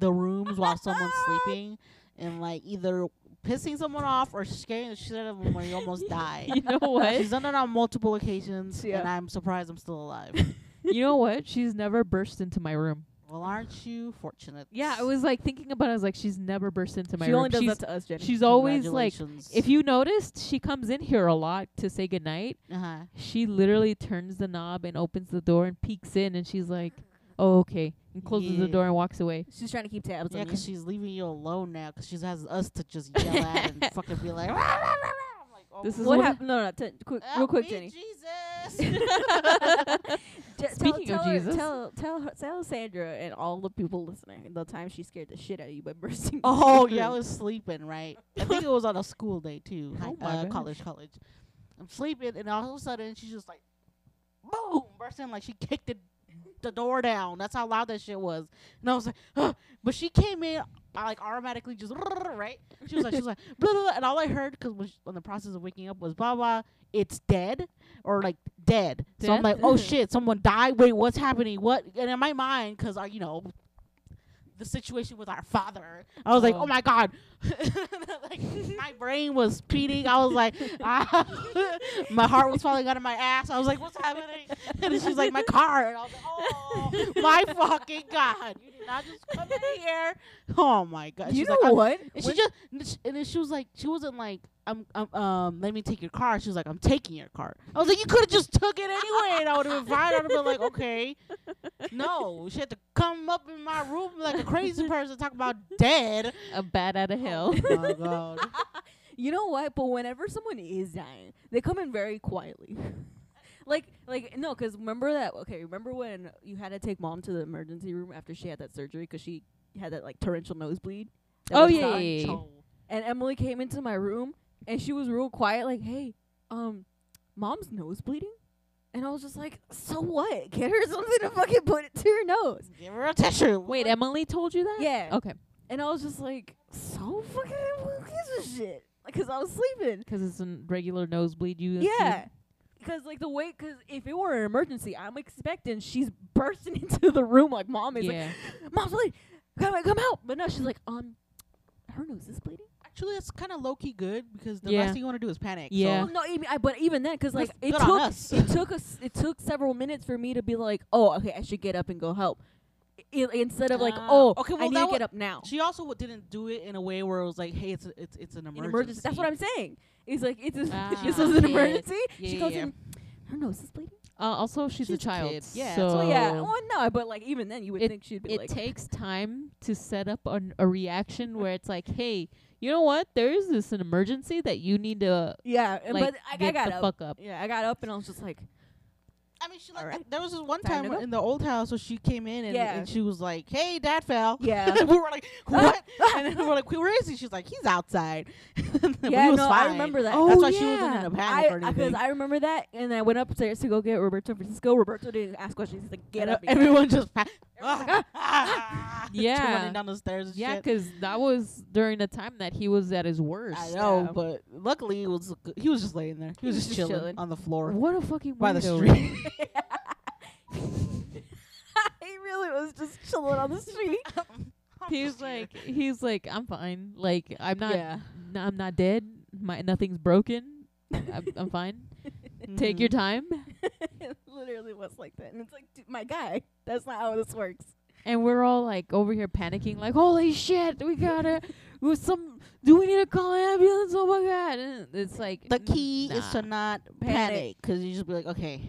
[SPEAKER 2] the rooms while someone's sleeping, and like either pissing someone off or scaring the shit out of them when you almost die.
[SPEAKER 3] you know what?
[SPEAKER 2] She's done it on multiple occasions,
[SPEAKER 1] Yeah.
[SPEAKER 2] and I'm surprised I'm still alive.
[SPEAKER 3] you know what? She's never burst into my room.
[SPEAKER 2] well, aren't you fortunate?
[SPEAKER 3] Yeah, I was like thinking about. it. I was like, she's never burst into my
[SPEAKER 1] she
[SPEAKER 3] room.
[SPEAKER 1] only does
[SPEAKER 3] she's,
[SPEAKER 1] that to us, Jenny.
[SPEAKER 3] she's always like,
[SPEAKER 2] Congratulations.
[SPEAKER 3] if you noticed, she comes in here a lot to say goodnight.
[SPEAKER 2] uh-huh.
[SPEAKER 3] she literally turns the knob and opens the door and peeks in and she's like, "Oh, okay," and closes the
[SPEAKER 2] Yeah.
[SPEAKER 3] door and walks away.
[SPEAKER 1] she's trying to keep tabs
[SPEAKER 2] Yeah,
[SPEAKER 1] on
[SPEAKER 2] 'cause
[SPEAKER 1] you.
[SPEAKER 2] she's leaving you alone now 'cause she has us to just yell at and fucking be like, "Rah, rah, rah, rah." I'm like, oh,
[SPEAKER 3] This is
[SPEAKER 1] what
[SPEAKER 3] what-
[SPEAKER 1] happened? No, no, t- quick, real
[SPEAKER 2] help
[SPEAKER 1] quick,
[SPEAKER 2] Uh, me,
[SPEAKER 1] Jenny.
[SPEAKER 2] Jesus.
[SPEAKER 1] J-
[SPEAKER 3] Speaking
[SPEAKER 1] tell,
[SPEAKER 3] of
[SPEAKER 1] tell her-
[SPEAKER 3] Jesus.
[SPEAKER 1] tell tell her, tell Sandra and all the people listening the time she scared the shit out of you by bursting. into
[SPEAKER 2] oh
[SPEAKER 1] your
[SPEAKER 2] yeah, I
[SPEAKER 1] room.
[SPEAKER 2] was sleeping right. I think it was on a school day too. hi-
[SPEAKER 3] Oh my
[SPEAKER 2] uh,
[SPEAKER 3] gosh.
[SPEAKER 2] college, college. I'm sleeping and all of a sudden she's just like, boom, burst in like she kicked the the door down. That's how loud that shit was. And I was like, "Huh." but she came in. I like automatically just right. She was like, she was like, blah, blah, blah. and all I heard because was on the process of waking up was blah blah. It's dead or like dead. So I'm
[SPEAKER 3] Dead?
[SPEAKER 2] like, oh shit, someone died. Wait, what's happening? What? And in my mind, because I, you know, the situation with our father, I was like,
[SPEAKER 3] Oh.
[SPEAKER 2] oh my god. like my brain was beating. I was like, ah. my heart was falling out of my ass. I was like, what's happening? And then she's like, my car. And I was like, oh my fucking god! You did not just come in here. Oh my god!
[SPEAKER 1] You
[SPEAKER 2] she's
[SPEAKER 1] know
[SPEAKER 2] like, I'm-
[SPEAKER 1] what?
[SPEAKER 2] and she
[SPEAKER 1] When-
[SPEAKER 2] just and sh- and then she was like, she wasn't like, I'm, I'm, um, let me take your car. She was like, I'm taking your car. I was like, you could have just took it anyway, and I would have been fine. I'd have been like, okay. No, she had to come up in my room like a crazy person, talk about dead.
[SPEAKER 3] A bat out of hell.
[SPEAKER 2] Oh my god!
[SPEAKER 1] You know what? But whenever someone is dying, they come in very quietly. Like, like no, 'cause remember that? Okay, remember when you had to take mom to the emergency room after she had that surgery 'cause she had that like torrential nosebleed. that
[SPEAKER 3] Oh,
[SPEAKER 1] was
[SPEAKER 3] yeah,
[SPEAKER 1] not-
[SPEAKER 3] yeah, yeah.
[SPEAKER 1] And Emily came into my room and she was real quiet, like, "Hey, um, mom's nose bleeding," and I was just like, "So what? Get her something to fucking put it to her nose."
[SPEAKER 2] Give her a tissue.
[SPEAKER 3] Wait, Emily told you that?
[SPEAKER 1] Yeah.
[SPEAKER 3] Okay.
[SPEAKER 1] And I was just like, "So fucking who gives a shit?" Like, 'cause I was sleeping.
[SPEAKER 3] Because it's a regular nosebleed you
[SPEAKER 1] Yeah. Because like the way, because if it were an emergency, I'm expecting she's bursting into the room like mom is
[SPEAKER 3] Yeah.
[SPEAKER 1] like, mom's bleeding, come out, come out. But no, she's like, um, her nose is bleeding.
[SPEAKER 2] Actually, it's kind of low key good because the
[SPEAKER 3] Yeah.
[SPEAKER 2] last thing you want to do is panic.
[SPEAKER 3] Yeah.
[SPEAKER 1] Well, no, I, mean, I but even then, because like
[SPEAKER 2] That's
[SPEAKER 1] it
[SPEAKER 2] good on
[SPEAKER 1] took
[SPEAKER 2] us.
[SPEAKER 1] it took us it took several minutes for me to be like, oh, okay, I should get up and go help. I- instead of like,
[SPEAKER 2] Ah,
[SPEAKER 1] oh, okay,
[SPEAKER 2] okay, well,
[SPEAKER 1] I need
[SPEAKER 2] that
[SPEAKER 1] to
[SPEAKER 2] wa-
[SPEAKER 1] get up now.
[SPEAKER 2] So she also w- didn't do it in a way where it was like, hey, it's a, it's it's an
[SPEAKER 1] An
[SPEAKER 2] emergency.
[SPEAKER 1] emergency. That's what I'm saying. It's like it's a,
[SPEAKER 3] Ah,
[SPEAKER 1] this was an
[SPEAKER 3] yeah.
[SPEAKER 1] emergency. she
[SPEAKER 2] Yeah,
[SPEAKER 1] goes
[SPEAKER 2] yeah.
[SPEAKER 1] in, her nose is bleeding.
[SPEAKER 3] Uh, also, she's,
[SPEAKER 2] She's
[SPEAKER 3] a
[SPEAKER 2] a
[SPEAKER 3] child.
[SPEAKER 2] kid. Yeah,
[SPEAKER 3] So
[SPEAKER 2] that's
[SPEAKER 1] So yeah, well, no, but like even then, you would
[SPEAKER 3] Oh. It-
[SPEAKER 1] think she'd be
[SPEAKER 3] it
[SPEAKER 1] like,
[SPEAKER 3] takes time to set up an, a reaction where it's like, hey, you know what? There is this an emergency that you need to
[SPEAKER 1] yeah, and-
[SPEAKER 3] like
[SPEAKER 1] but I,
[SPEAKER 3] get
[SPEAKER 1] I got
[SPEAKER 3] the
[SPEAKER 1] up.
[SPEAKER 3] fuck up.
[SPEAKER 1] Yeah, I got up and I was just like,
[SPEAKER 2] I mean, she like
[SPEAKER 1] Alright.
[SPEAKER 2] there was this one
[SPEAKER 1] Time
[SPEAKER 2] time
[SPEAKER 1] to go.
[SPEAKER 2] in the old house where she came in and,
[SPEAKER 1] Yeah.
[SPEAKER 2] and she was like, hey, dad fell.
[SPEAKER 1] yeah,
[SPEAKER 2] we were like, what? and then we were like, where is he? She's like, he's outside. We
[SPEAKER 1] yeah.
[SPEAKER 2] was
[SPEAKER 1] No,
[SPEAKER 2] fine.
[SPEAKER 1] I remember that.
[SPEAKER 3] Oh,
[SPEAKER 2] That's why she wasn't
[SPEAKER 3] yeah.
[SPEAKER 2] in a
[SPEAKER 1] I,
[SPEAKER 2] panic or
[SPEAKER 1] I-
[SPEAKER 2] anything.
[SPEAKER 1] I remember that, and I went upstairs to go get Roberto Francisco. Roberto didn't ask questions. He's like, get
[SPEAKER 2] And, uh,
[SPEAKER 1] up. and get up."
[SPEAKER 2] everyone just pa-
[SPEAKER 3] Yeah.
[SPEAKER 2] running down the stairs. And
[SPEAKER 3] Yeah,
[SPEAKER 2] shit.
[SPEAKER 3] 'cause that was during the time that he was at his worst.
[SPEAKER 2] I know,
[SPEAKER 1] yeah.
[SPEAKER 2] but luckily it was he was just laying there. He was just, chilling,
[SPEAKER 1] chilling.
[SPEAKER 2] on the floor
[SPEAKER 3] What a fucking
[SPEAKER 2] by the
[SPEAKER 3] weirdo.
[SPEAKER 2] street.
[SPEAKER 1] he really was just chilling on the street.
[SPEAKER 3] He's like, he's like, I'm fine. Like, I'm not,
[SPEAKER 1] Yeah.
[SPEAKER 3] n- I'm not dead. My nothing's broken. I'm, I'm fine. Take
[SPEAKER 2] Mm-hmm.
[SPEAKER 3] your time.
[SPEAKER 1] it literally was like that, and it's like, dude, my guy, that's not how this works.
[SPEAKER 3] And we're all like over here panicking, like, holy shit, we gotta, we some, do we need to call an ambulance? Oh my god! And it's like
[SPEAKER 2] The key is to
[SPEAKER 3] nah.
[SPEAKER 2] not panic
[SPEAKER 1] Panic.
[SPEAKER 2] because you just be like, okay,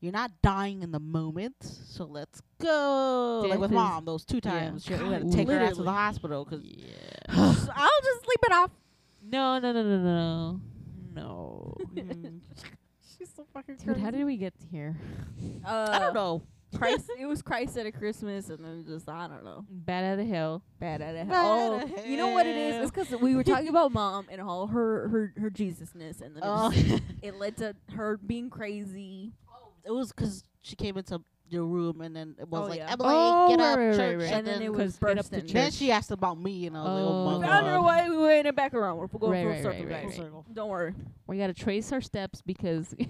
[SPEAKER 2] you're not dying in the moment, so let's go. like
[SPEAKER 3] Death
[SPEAKER 2] with
[SPEAKER 3] is-
[SPEAKER 2] mom, those two
[SPEAKER 3] yeah.
[SPEAKER 2] times, she- we had to
[SPEAKER 3] God,
[SPEAKER 2] take her ass to the
[SPEAKER 3] literally.
[SPEAKER 2] hospital because
[SPEAKER 3] Yeah.
[SPEAKER 1] I'll just sleep it off.
[SPEAKER 3] No, no, no, no, no, no.
[SPEAKER 2] mm,
[SPEAKER 1] She's so fucking
[SPEAKER 3] Dude, how did we get here?
[SPEAKER 1] uh,
[SPEAKER 2] I don't know.
[SPEAKER 1] Christ, it was Christ at a Christmas, and then just I don't know.
[SPEAKER 3] Bad out of hell.
[SPEAKER 1] Bad at it.
[SPEAKER 2] Bad
[SPEAKER 1] Oh,
[SPEAKER 2] at
[SPEAKER 1] you know what it
[SPEAKER 2] hell.
[SPEAKER 1] is? It's because we were talking about mom and all her her her Jesusness, and then
[SPEAKER 2] Oh,
[SPEAKER 1] it, just, it led to her being crazy.
[SPEAKER 2] it was because she came into your room and then it was
[SPEAKER 1] Oh,
[SPEAKER 2] like
[SPEAKER 1] yeah.
[SPEAKER 2] Emily,
[SPEAKER 3] Oh,
[SPEAKER 2] get
[SPEAKER 3] right,
[SPEAKER 2] up,
[SPEAKER 3] right, right,
[SPEAKER 2] church,
[SPEAKER 3] right.
[SPEAKER 2] and,
[SPEAKER 1] And then
[SPEAKER 2] then,
[SPEAKER 1] it was- was
[SPEAKER 3] get up to
[SPEAKER 1] bursting.
[SPEAKER 2] then
[SPEAKER 3] church.
[SPEAKER 2] she asked about me and I was
[SPEAKER 3] Oh,
[SPEAKER 2] like, oh my
[SPEAKER 1] Found
[SPEAKER 2] god,
[SPEAKER 1] her way. We went in back around. We're going
[SPEAKER 3] Right,
[SPEAKER 1] full
[SPEAKER 3] right,
[SPEAKER 1] circle,
[SPEAKER 3] right,
[SPEAKER 1] guys.
[SPEAKER 3] right,
[SPEAKER 1] Don't worry.
[SPEAKER 3] We gotta trace our steps because we,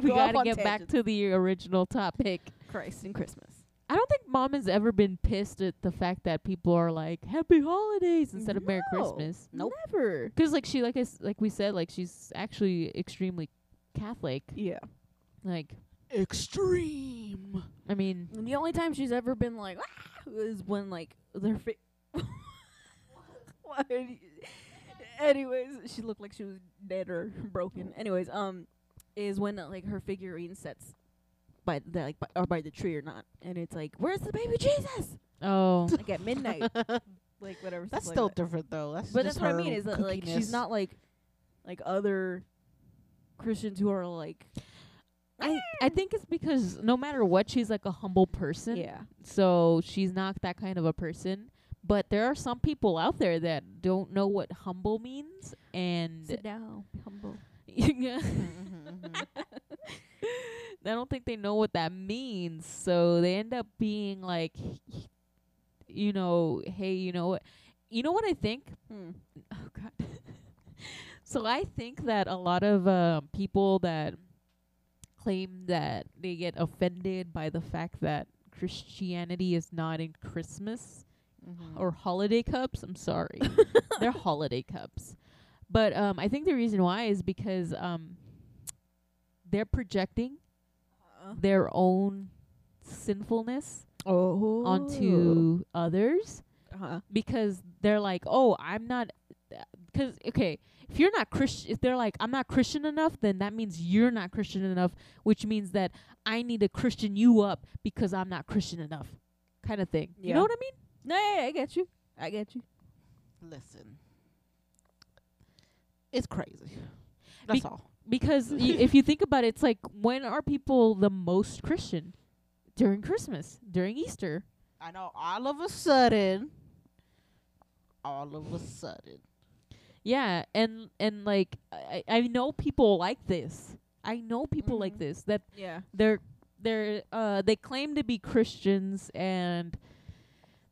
[SPEAKER 1] go off
[SPEAKER 3] gotta
[SPEAKER 1] on
[SPEAKER 3] get back
[SPEAKER 1] tangents.
[SPEAKER 3] to the original topic.
[SPEAKER 1] Christ and Christmas.
[SPEAKER 3] I don't think mom has ever been pissed at the fact that people are like "Happy Holidays" instead of "Merry
[SPEAKER 1] No.
[SPEAKER 3] Christmas."
[SPEAKER 2] Nope.
[SPEAKER 1] Never.
[SPEAKER 3] 'Cause like she, like I s like we said, like she's actually extremely Catholic.
[SPEAKER 1] Yeah.
[SPEAKER 3] Like,
[SPEAKER 2] extreme.
[SPEAKER 3] I mean,
[SPEAKER 1] And the only time she's ever been like ah, is when like their fa- Why do you- Anyways, she looked like she was dead or broken. Anyways, um, is when uh, like her figurine sets by the like by, or by the tree or not, and it's like where's the baby Jesus?
[SPEAKER 3] oh,
[SPEAKER 1] Like at midnight, like whatever.
[SPEAKER 2] That's
[SPEAKER 1] stuff
[SPEAKER 2] still
[SPEAKER 1] like that.
[SPEAKER 2] different though. That's
[SPEAKER 1] but
[SPEAKER 2] just
[SPEAKER 1] that's what I
[SPEAKER 2] her
[SPEAKER 1] mean is that like she's
[SPEAKER 2] kookiness.
[SPEAKER 1] not like like other Christians who are like
[SPEAKER 3] I I think it's because no matter what, she's like a humble person.
[SPEAKER 1] yeah
[SPEAKER 3] So she's not that kind of a person. But there are some people out there that don't know what humble means, and
[SPEAKER 1] sit down be humble
[SPEAKER 3] yeah.
[SPEAKER 2] Mhm, mhm.
[SPEAKER 3] I don't think they know what that means. So they end up being like, you know, hey, you know what? You know what I think?
[SPEAKER 1] hmm.
[SPEAKER 3] Oh, God. so I think that a lot of um, people that claim that they get offended by the fact that Christianity is not in Christmas
[SPEAKER 2] Mhm.
[SPEAKER 1] Mm-hmm.
[SPEAKER 3] or holiday cups. I'm sorry. They're holiday cups. But um, I think the reason why is because um, they're projecting
[SPEAKER 1] Uh,
[SPEAKER 3] their own sinfulness
[SPEAKER 1] oh
[SPEAKER 3] onto others
[SPEAKER 1] uh-huh.
[SPEAKER 3] because they're like, "Oh, I'm not cuz okay, if you're not Christian, if they're like, "I'm not Christian enough," then that means you're not Christian enough, which means that I need to Christian you up because I'm not Christian enough. Kind of thing. You
[SPEAKER 1] Yeah.
[SPEAKER 3] know what I mean?
[SPEAKER 1] No, yeah, yeah, I get you. I get you.
[SPEAKER 2] Listen, it's crazy. That's all.
[SPEAKER 3] because y- if you think about it, it's like when are people the most Christian? During Christmas, during Easter.
[SPEAKER 2] I know all of a sudden, all of a sudden.
[SPEAKER 3] Yeah, and and like I, I know people like this. I know people like
[SPEAKER 2] Mhm.
[SPEAKER 3] this that
[SPEAKER 1] Yeah.
[SPEAKER 3] they're they're uh they claim to be Christians and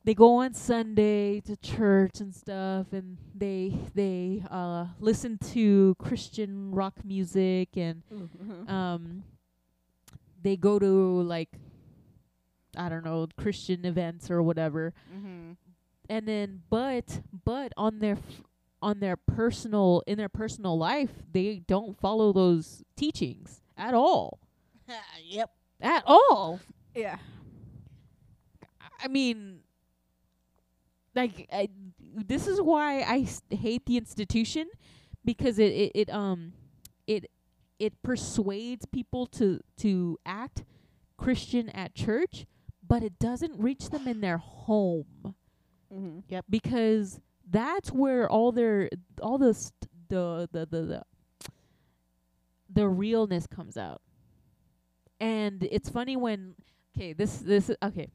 [SPEAKER 3] they go on Sunday to church and stuff and they they uh listen to Christian rock music and
[SPEAKER 1] Mm-hmm.
[SPEAKER 3] um they go to like I don't know Christian events or whatever
[SPEAKER 2] Mm-hmm.
[SPEAKER 3] and then but but on their f- on their personal in their personal life they don't follow those teachings at all
[SPEAKER 2] yep.
[SPEAKER 3] at all
[SPEAKER 1] Yeah.
[SPEAKER 3] I mean, like I, this is why I s- hate the institution because it, it it um it it persuades people to to act Christian at church, but it doesn't reach them in their home
[SPEAKER 1] Mm-hmm.
[SPEAKER 3] because that's where all their all the st- the the the the, the realness comes out. And it's funny when okay, this this okay.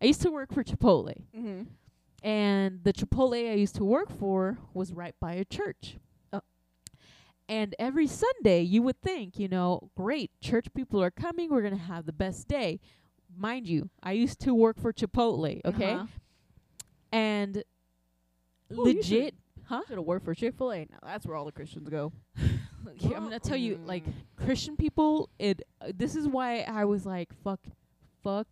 [SPEAKER 3] I used to work for Chipotle,
[SPEAKER 1] Mm-hmm.
[SPEAKER 3] and the Chipotle I used to work for was right by a church. Uh, And every Sunday, you would think, you know, great, church people are coming, we're going to have the best day. Mind you, I used to work for Chipotle, okay?
[SPEAKER 1] Uh-huh.
[SPEAKER 3] And
[SPEAKER 1] Ooh, you should-
[SPEAKER 3] legit
[SPEAKER 1] Should have worked for Chick Fil A. Now that's where all the Christians go.
[SPEAKER 3] Here, I'm gonna tell you, like Christian people, it. Uh, this is why I was like, fuck, fuck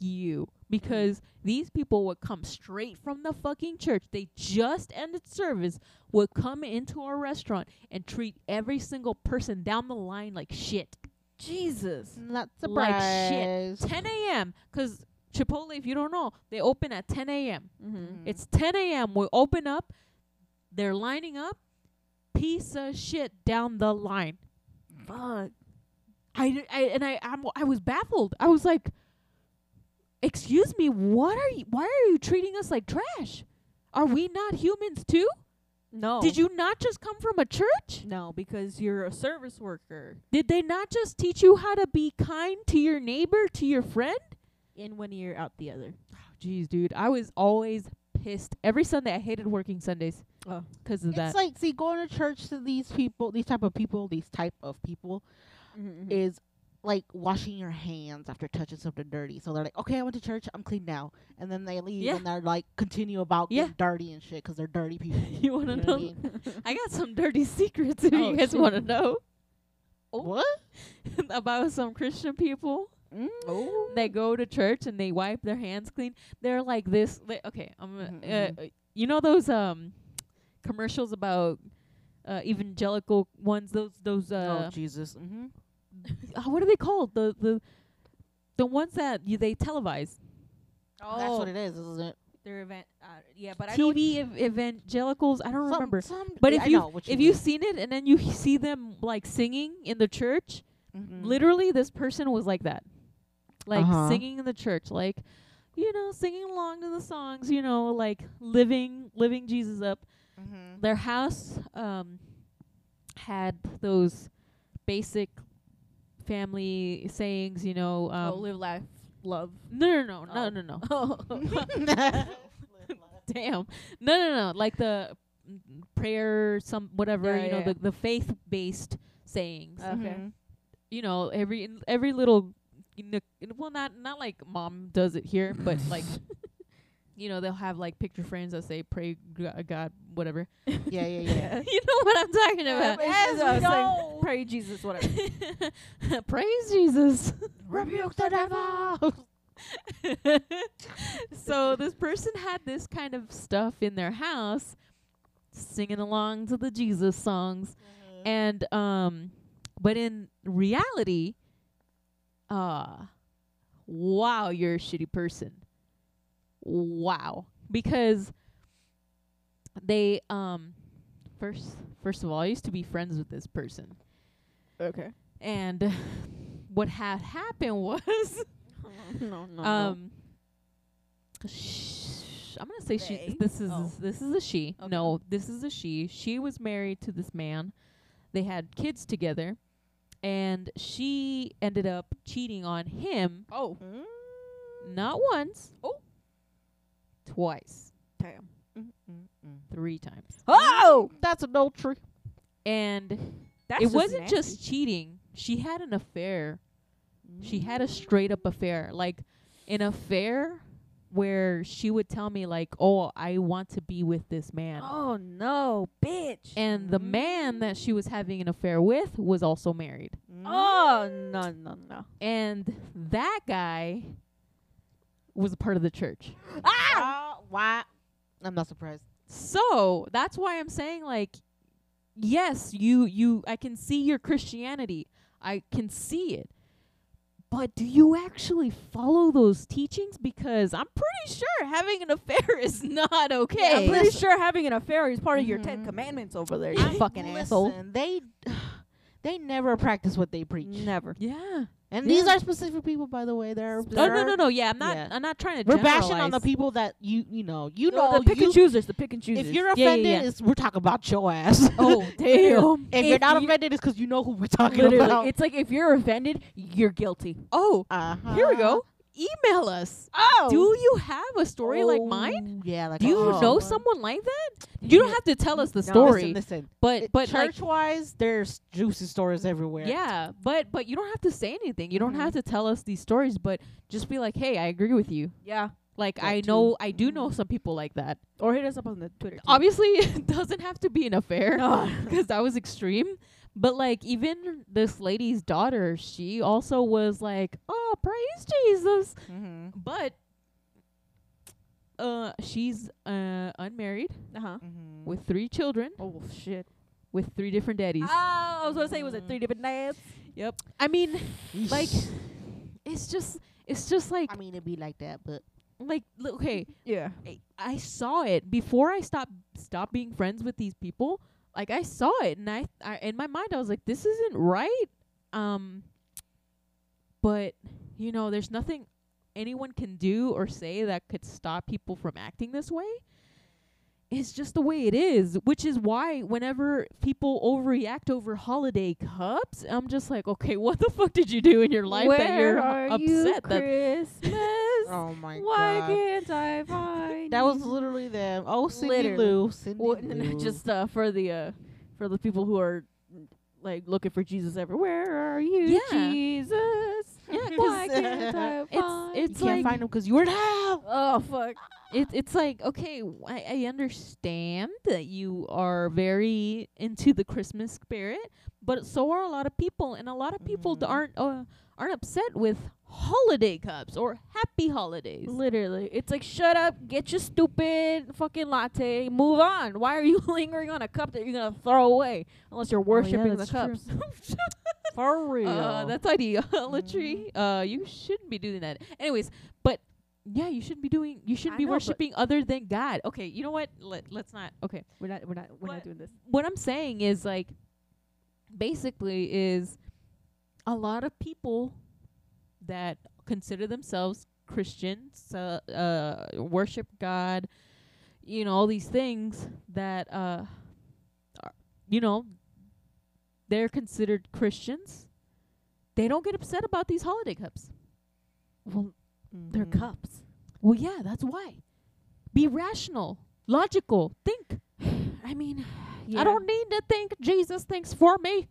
[SPEAKER 3] you, because these people would come straight from the fucking church. They just ended service, would come into our restaurant and treat every single person down the line like shit.
[SPEAKER 1] Jesus.
[SPEAKER 2] Not
[SPEAKER 3] Like
[SPEAKER 2] surprised.
[SPEAKER 3] 10 a.m. Cause Chipotle, if you don't know, they open at 10 a.m.
[SPEAKER 1] Mm-hmm.
[SPEAKER 2] Mm.
[SPEAKER 3] It's 10 a.m. We open up. They're lining up. Piece of shit down the line.
[SPEAKER 1] Fuck.
[SPEAKER 3] I, d- I- and I I'm, I was baffled. I was like, "Excuse me, what are you? Why are you treating us like trash? Are we not humans too?
[SPEAKER 1] No.
[SPEAKER 3] Did you not just come from a church?
[SPEAKER 1] No, because you're a service worker.
[SPEAKER 3] Did they not just teach you how to be kind to your neighbor, to your friend?
[SPEAKER 1] In one ear, out the other.
[SPEAKER 3] Jeez, Oh, dude, I was always pissed. Every Sunday, I hated working Sundays
[SPEAKER 1] Oh.
[SPEAKER 3] because of that.
[SPEAKER 2] It's like see going to church to these people, these type of people, these type of people
[SPEAKER 1] Mm-hmm.
[SPEAKER 2] is like washing your hands after touching something dirty. So they're like, okay, I went to church, I'm clean now, and then they leave
[SPEAKER 3] Yeah.
[SPEAKER 2] and they're like continue about
[SPEAKER 3] Yeah.
[SPEAKER 2] getting dirty and shit 'cause they're dirty people.
[SPEAKER 3] you want to
[SPEAKER 2] You know what I
[SPEAKER 3] know?
[SPEAKER 2] mean?
[SPEAKER 3] I got some dirty secrets if
[SPEAKER 1] Oh,
[SPEAKER 3] you guys
[SPEAKER 1] shit.
[SPEAKER 3] want to know
[SPEAKER 2] What?
[SPEAKER 3] about some Christian people.
[SPEAKER 2] Mm.
[SPEAKER 1] Oh.
[SPEAKER 3] They go to church and they wipe their hands clean. They're like this. They, okay, I'm.
[SPEAKER 2] Mhm,
[SPEAKER 3] Uh, uh, you know those um commercials about uh, evangelical ones. Those those
[SPEAKER 2] oh
[SPEAKER 3] uh,
[SPEAKER 2] Jesus. Mm-hmm.
[SPEAKER 3] uh, what are they called? The the the ones that you, they televise.
[SPEAKER 2] That's
[SPEAKER 1] Oh.
[SPEAKER 3] oh.
[SPEAKER 2] what it is, isn't it?
[SPEAKER 1] Their event. Uh, yeah, but I know. what-
[SPEAKER 3] TV ev- evangelicals. I don't
[SPEAKER 2] Some-
[SPEAKER 3] remember.
[SPEAKER 2] some-
[SPEAKER 3] But
[SPEAKER 2] yeah,
[SPEAKER 3] if
[SPEAKER 2] I
[SPEAKER 3] you,
[SPEAKER 2] know what
[SPEAKER 3] if
[SPEAKER 2] mean.
[SPEAKER 3] you've seen it and then you see them like singing in the church,
[SPEAKER 2] Mhm.
[SPEAKER 1] Mm.
[SPEAKER 3] literally this person was like that like
[SPEAKER 2] Uh-huh.
[SPEAKER 3] singing in the church like you know singing along to the songs you know like living living jesus up
[SPEAKER 2] Mhm.
[SPEAKER 3] their house um had those basic family sayings you know um
[SPEAKER 1] oh, live life, love.
[SPEAKER 3] no no no
[SPEAKER 1] Oh.
[SPEAKER 3] no no no
[SPEAKER 1] Oh.
[SPEAKER 2] Mm-hmm.
[SPEAKER 3] damn no no no like the mm, prayer some whatever
[SPEAKER 1] Yeah,
[SPEAKER 3] you know
[SPEAKER 1] yeah, yeah.
[SPEAKER 3] the, the faith based sayings
[SPEAKER 1] Okay.
[SPEAKER 3] you know every in- every little you know, well not not like mom does it here but like you know they'll have like picture frames that say pray g- god whatever
[SPEAKER 2] Yeah, yeah, yeah.
[SPEAKER 3] you know what i'm talking about
[SPEAKER 1] As
[SPEAKER 2] we
[SPEAKER 1] know. Pray Jesus, whatever.
[SPEAKER 3] praise jesus
[SPEAKER 2] Rebuke the devil.
[SPEAKER 3] so this person had this kind of stuff in their house singing along to the jesus songs and um but in reality uh wow you're a shitty person wow because they um first first of all i used to be friends with this person
[SPEAKER 1] okay.
[SPEAKER 3] and what had happened was
[SPEAKER 1] No, Oh, no.
[SPEAKER 3] um sh- i'm gonna say
[SPEAKER 1] They?
[SPEAKER 3] she this is
[SPEAKER 1] Oh.
[SPEAKER 3] this is a she
[SPEAKER 1] Okay.
[SPEAKER 3] no this is a she she was married to this man they had kids together and she ended up cheating on him
[SPEAKER 1] Oh,
[SPEAKER 3] not once,
[SPEAKER 1] Oh.
[SPEAKER 3] twice,
[SPEAKER 1] damn.
[SPEAKER 3] three times.
[SPEAKER 1] Oh,
[SPEAKER 2] Mm-hmm. That's adultery.
[SPEAKER 3] And
[SPEAKER 1] That's
[SPEAKER 3] it wasn't just cheating. She had an affair. She had
[SPEAKER 1] Mm.
[SPEAKER 3] a straight up affair. Like an affair where she would tell me like, "Oh, I want to be with this man."
[SPEAKER 1] Oh no, bitch.
[SPEAKER 3] And
[SPEAKER 2] Mm-hmm.
[SPEAKER 3] the man that she was having an affair with was also married.
[SPEAKER 2] Mm-hmm.
[SPEAKER 1] oh no no no.
[SPEAKER 3] And that guy was a part of the church.
[SPEAKER 2] Ah! why? I'm not surprised.
[SPEAKER 3] So, that's why I'm saying like yes, you you I can see your Christianity. I can see it. But do you actually follow those teachings because I'm pretty sure having an affair is not okay.
[SPEAKER 1] I'm pretty sure having an affair is part of your Ten
[SPEAKER 3] Mm-hmm.
[SPEAKER 2] Mhm.
[SPEAKER 1] Commandments over there. You
[SPEAKER 2] I-
[SPEAKER 1] fucking
[SPEAKER 2] listen,
[SPEAKER 1] asshole.
[SPEAKER 2] They they never practice what they preach.
[SPEAKER 1] Never.
[SPEAKER 3] yeah.
[SPEAKER 2] And
[SPEAKER 3] Yeah.
[SPEAKER 2] these are specific people, by the way. They're
[SPEAKER 3] Oh
[SPEAKER 1] Specific-
[SPEAKER 3] no no no yeah I'm not
[SPEAKER 2] Yeah.
[SPEAKER 3] I'm not trying to
[SPEAKER 2] we're bashing on the
[SPEAKER 3] generalize.
[SPEAKER 2] people that you you know you
[SPEAKER 3] Oh,
[SPEAKER 1] No,
[SPEAKER 2] know
[SPEAKER 1] the pick
[SPEAKER 2] you,
[SPEAKER 1] and choosers. The pick and choosers.
[SPEAKER 2] if you're
[SPEAKER 3] Yeah, yeah,
[SPEAKER 2] offended
[SPEAKER 3] yeah.
[SPEAKER 2] it's we're talking about your ass.
[SPEAKER 3] Oh damn!
[SPEAKER 2] if you're
[SPEAKER 1] if
[SPEAKER 2] not
[SPEAKER 1] you-
[SPEAKER 2] offended it's because you know who we're talking
[SPEAKER 1] literally,
[SPEAKER 2] about.
[SPEAKER 1] it's like if you're offended, you're guilty.
[SPEAKER 3] Oh,
[SPEAKER 2] Uh-huh.
[SPEAKER 3] here we go. Email us.
[SPEAKER 1] Oh,
[SPEAKER 3] Do you have a story like mine?
[SPEAKER 2] Oh, Yeah, like
[SPEAKER 3] Do you
[SPEAKER 2] oh.
[SPEAKER 3] know someone like that? You don't have to tell us the
[SPEAKER 1] No,
[SPEAKER 3] story,
[SPEAKER 2] Listen, listen.
[SPEAKER 3] but but like,
[SPEAKER 2] church wise, there's juicy stories everywhere.
[SPEAKER 3] yeah, but but you don't have to say anything. You don't
[SPEAKER 1] Mm-hmm.
[SPEAKER 2] Mhm.
[SPEAKER 3] have to tell us these stories, but just be like, hey, I agree with you.
[SPEAKER 1] yeah.
[SPEAKER 3] Like
[SPEAKER 2] That
[SPEAKER 3] I
[SPEAKER 2] too.
[SPEAKER 3] know I do know some people like that.
[SPEAKER 1] Or hit us up on the Twitter. too.
[SPEAKER 3] Obviously, it doesn't have to be an affair
[SPEAKER 1] No.
[SPEAKER 3] because that was extreme. But like even this lady's daughter, she also was like, oh, praise Jesus.
[SPEAKER 2] Mm-hmm.
[SPEAKER 3] but uh she's uh unmarried
[SPEAKER 1] Uh huh.
[SPEAKER 2] Mm-hmm.
[SPEAKER 3] with three children
[SPEAKER 1] Oh shit. Mm.
[SPEAKER 3] with three different daddies
[SPEAKER 1] Oh, I was gonna say was it three different names?
[SPEAKER 3] yep i mean like it's just it's just like
[SPEAKER 2] I mean, it'd be like that, but
[SPEAKER 3] like li- okay
[SPEAKER 1] Yeah.
[SPEAKER 3] I- i saw it before i stopped stopped being friends with these people like i saw it and I, I in my mind i was like this isn't right um but you know there's nothing anyone can do or say that could stop people from acting this way it's just the way it is which is why whenever people overreact over holiday cups i'm just like okay what the fuck did you do in your life that you're
[SPEAKER 1] are
[SPEAKER 3] upset
[SPEAKER 1] you,
[SPEAKER 3] that
[SPEAKER 1] Christmas?
[SPEAKER 2] oh my
[SPEAKER 1] Why
[SPEAKER 2] god,
[SPEAKER 1] can't I find?
[SPEAKER 2] that was
[SPEAKER 1] you?
[SPEAKER 2] literally them. Oh, Cindy
[SPEAKER 1] Literally.
[SPEAKER 2] Lou, Cindy
[SPEAKER 1] Well, n- n-
[SPEAKER 2] Lou.
[SPEAKER 1] just uh, for the uh, for the people who are mm, like looking for Jesus everywhere. Where are you,
[SPEAKER 3] Yeah.
[SPEAKER 1] Jesus?
[SPEAKER 3] Yeah, 'cause
[SPEAKER 1] Why can't I find?
[SPEAKER 3] it's
[SPEAKER 2] you
[SPEAKER 1] you?
[SPEAKER 2] can't
[SPEAKER 3] like-
[SPEAKER 2] find them because you were in hell.
[SPEAKER 1] oh fuck.
[SPEAKER 3] it, it's like okay w- I, I understand that you are very into the christmas spirit but so are a lot of people and a lot of people d
[SPEAKER 2] Mhm.
[SPEAKER 3] aren't uh, aren't upset with holiday cups or happy holidays
[SPEAKER 1] Literally, it's like shut up, get your stupid fucking latte, move on. Why are you lingering on a cup that you're gonna throw away unless you're worshiping the
[SPEAKER 3] that's true.
[SPEAKER 1] cups?
[SPEAKER 2] For real.
[SPEAKER 3] uh, that's ideology uh you shouldn't be doing that anyways but yeah you shouldn't be doing you shouldn't
[SPEAKER 1] I
[SPEAKER 3] be
[SPEAKER 1] know, but-
[SPEAKER 3] worshiping other than god okay you know what Let, let's not okay
[SPEAKER 1] We're not, we're not, we're not
[SPEAKER 3] But-
[SPEAKER 1] doing this.
[SPEAKER 3] what I'm saying is like basically is a lot of people that consider themselves Christians, uh, uh, worship God, you know, all these things that uh, are, you know, they're considered Christians. They don't get upset about these holiday cups.
[SPEAKER 1] Well, they're
[SPEAKER 2] Mhm.
[SPEAKER 1] cups.
[SPEAKER 3] Well, yeah, that's why. Be rational, logical, think.
[SPEAKER 1] I mean, yeah.
[SPEAKER 3] I don't need to think. Jesus thinks for me.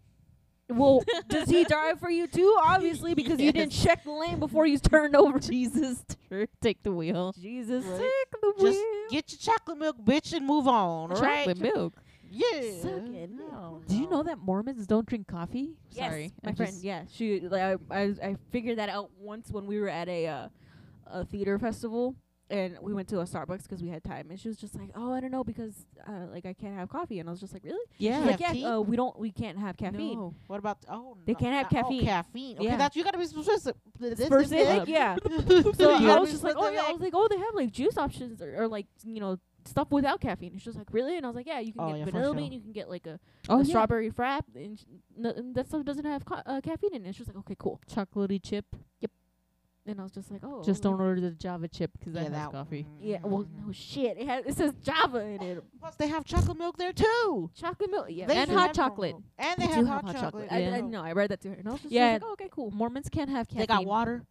[SPEAKER 1] Well, does he drive for you too? Obviously, because you didn't check the lane before you turned over.
[SPEAKER 3] Jesus, tur- take the wheel.
[SPEAKER 1] Jesus,
[SPEAKER 2] Right.
[SPEAKER 1] take the
[SPEAKER 2] Just
[SPEAKER 1] wheel.
[SPEAKER 2] get your chocolate milk, bitch, and move on. all right?
[SPEAKER 3] Chocolate milk.
[SPEAKER 2] Yeah.
[SPEAKER 1] Suck it.
[SPEAKER 2] No,
[SPEAKER 3] Do you
[SPEAKER 2] no.
[SPEAKER 3] know that Mormons don't drink coffee?
[SPEAKER 1] Yes,
[SPEAKER 3] Sorry,
[SPEAKER 1] my
[SPEAKER 3] I
[SPEAKER 1] friend.
[SPEAKER 3] just-
[SPEAKER 1] yeah, she. Like, I, I, I figured that out once when we were at a, uh, a theater festival, and we went to a Starbucks because we had time, and she was just like, "Oh, I don't know, because uh, like I can't have coffee," and I was just like, "Really?"
[SPEAKER 3] yeah.
[SPEAKER 1] She's like,
[SPEAKER 2] Have tea?
[SPEAKER 1] "Yeah, uh, we don't, we can't have caffeine."
[SPEAKER 3] No.
[SPEAKER 2] What about oh?
[SPEAKER 1] They
[SPEAKER 2] no,
[SPEAKER 1] can't have
[SPEAKER 2] not- oh,
[SPEAKER 1] caffeine.
[SPEAKER 2] caffeine. Okay,
[SPEAKER 1] Yeah.
[SPEAKER 2] that's you gotta be specific. This- this
[SPEAKER 1] Versus,
[SPEAKER 2] big.
[SPEAKER 1] like, yeah. So
[SPEAKER 2] You
[SPEAKER 1] I
[SPEAKER 2] gotta
[SPEAKER 1] was
[SPEAKER 2] be
[SPEAKER 1] just like, oh yeah, I was
[SPEAKER 2] specific.
[SPEAKER 1] like, oh, they have like juice options or, or like you know stuff without caffeine. And she was like, really? And I was like, yeah, you can
[SPEAKER 2] Oh,
[SPEAKER 1] get
[SPEAKER 2] yeah, for
[SPEAKER 1] vanilla
[SPEAKER 2] sure.
[SPEAKER 1] bean, you can get like a,
[SPEAKER 3] Oh,
[SPEAKER 1] a
[SPEAKER 3] yeah.
[SPEAKER 1] strawberry frap, and sh- no, and that stuff doesn't have co- uh, caffeine in it. And she was like, okay, cool.
[SPEAKER 3] chocolatey chip.
[SPEAKER 1] And I was just like, oh.
[SPEAKER 3] Just
[SPEAKER 1] okay.
[SPEAKER 3] don't order the Java chip because that
[SPEAKER 2] Yeah,
[SPEAKER 3] has
[SPEAKER 2] that-
[SPEAKER 3] coffee.
[SPEAKER 1] Yeah, well,
[SPEAKER 2] Mm.
[SPEAKER 1] no shit. It has it says Java in it.
[SPEAKER 2] Plus, they have chocolate milk there too.
[SPEAKER 1] Chocolate milk. Yeah,
[SPEAKER 2] They
[SPEAKER 1] and
[SPEAKER 2] should
[SPEAKER 1] hot
[SPEAKER 2] have
[SPEAKER 1] chocolate.
[SPEAKER 2] chocolate milk. And they,
[SPEAKER 3] They
[SPEAKER 2] have,
[SPEAKER 3] do
[SPEAKER 2] hot
[SPEAKER 3] have hot
[SPEAKER 2] chocolate.
[SPEAKER 3] chocolate,
[SPEAKER 1] I,
[SPEAKER 3] Yeah.
[SPEAKER 1] I know. I read that to her, and I was just, she was
[SPEAKER 3] Yeah.
[SPEAKER 1] like, oh, okay, cool.
[SPEAKER 3] Mormons can't have caffeine.
[SPEAKER 2] they got water.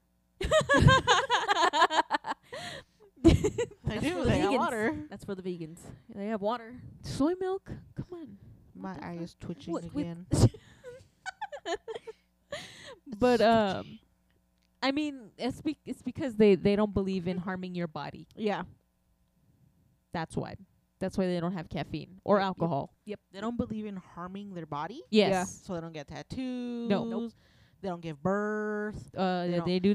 [SPEAKER 2] They
[SPEAKER 1] That's
[SPEAKER 2] do.
[SPEAKER 1] for the
[SPEAKER 2] They got
[SPEAKER 1] vegans.
[SPEAKER 2] water.
[SPEAKER 1] "Oh." That's for the vegans. They have water.
[SPEAKER 3] Soy milk? Come on.
[SPEAKER 2] My eye is twitching
[SPEAKER 1] What- with-
[SPEAKER 2] again.
[SPEAKER 3] But um, I mean, it's be- it's because they they don't believe in harming your body.
[SPEAKER 1] Yeah.
[SPEAKER 3] That's why. That's why they don't have caffeine or alcohol.
[SPEAKER 2] They don't believe in harming their body,
[SPEAKER 3] Yes.
[SPEAKER 2] so they don't get tattoos.
[SPEAKER 3] Nope.
[SPEAKER 2] They don't give birth.
[SPEAKER 3] Uh,
[SPEAKER 2] They
[SPEAKER 3] they,
[SPEAKER 2] don't.
[SPEAKER 3] do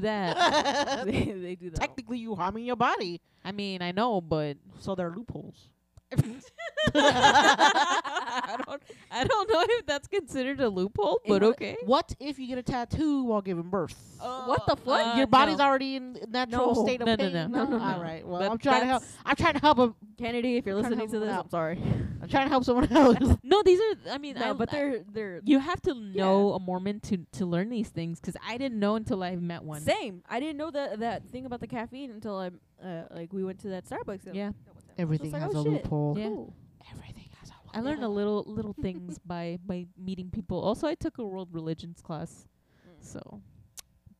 [SPEAKER 3] that.
[SPEAKER 1] they, they do that.
[SPEAKER 2] Technically, you harming your body,
[SPEAKER 3] I mean, I know, but
[SPEAKER 2] so there are loopholes.
[SPEAKER 3] I don't I don't know if that's considered a loophole, but
[SPEAKER 1] what-
[SPEAKER 3] okay.
[SPEAKER 2] What if you get a tattoo while giving birth?
[SPEAKER 1] what
[SPEAKER 2] Oh,
[SPEAKER 1] the fuck?
[SPEAKER 3] Uh,
[SPEAKER 2] your body's
[SPEAKER 3] no.
[SPEAKER 2] already in a natural
[SPEAKER 3] No,
[SPEAKER 2] state of
[SPEAKER 3] no, no,
[SPEAKER 2] pain.
[SPEAKER 3] no, no,
[SPEAKER 1] no, no.
[SPEAKER 2] All right. Well,
[SPEAKER 3] That-
[SPEAKER 2] I'm trying to help.
[SPEAKER 3] that's-
[SPEAKER 2] I'm trying to help. A,
[SPEAKER 1] Kennedy, if you're
[SPEAKER 2] Trying to
[SPEAKER 1] listening
[SPEAKER 2] help
[SPEAKER 1] to
[SPEAKER 2] them
[SPEAKER 1] this,
[SPEAKER 2] out.
[SPEAKER 1] I'm sorry.
[SPEAKER 2] I'm trying to help someone else.
[SPEAKER 3] No, these are I mean,
[SPEAKER 1] no,
[SPEAKER 3] I,
[SPEAKER 1] but
[SPEAKER 3] I-
[SPEAKER 1] they're they're
[SPEAKER 3] you have to know a Mormon to to learn these things cuz I didn't know until I met one.
[SPEAKER 1] same. I didn't know that that thing about the caffeine until I uh, like we went to that Starbucks. that-
[SPEAKER 3] Yeah.
[SPEAKER 1] that one time. I was
[SPEAKER 2] Everything
[SPEAKER 1] just like,
[SPEAKER 2] has
[SPEAKER 1] oh,
[SPEAKER 2] a
[SPEAKER 1] shit.
[SPEAKER 2] loophole.
[SPEAKER 3] Yeah.
[SPEAKER 1] Cool.
[SPEAKER 2] Everything has a loophole.
[SPEAKER 3] I learned a little little things by by meeting people. Also, I took a world religions class.
[SPEAKER 1] Mm.
[SPEAKER 3] So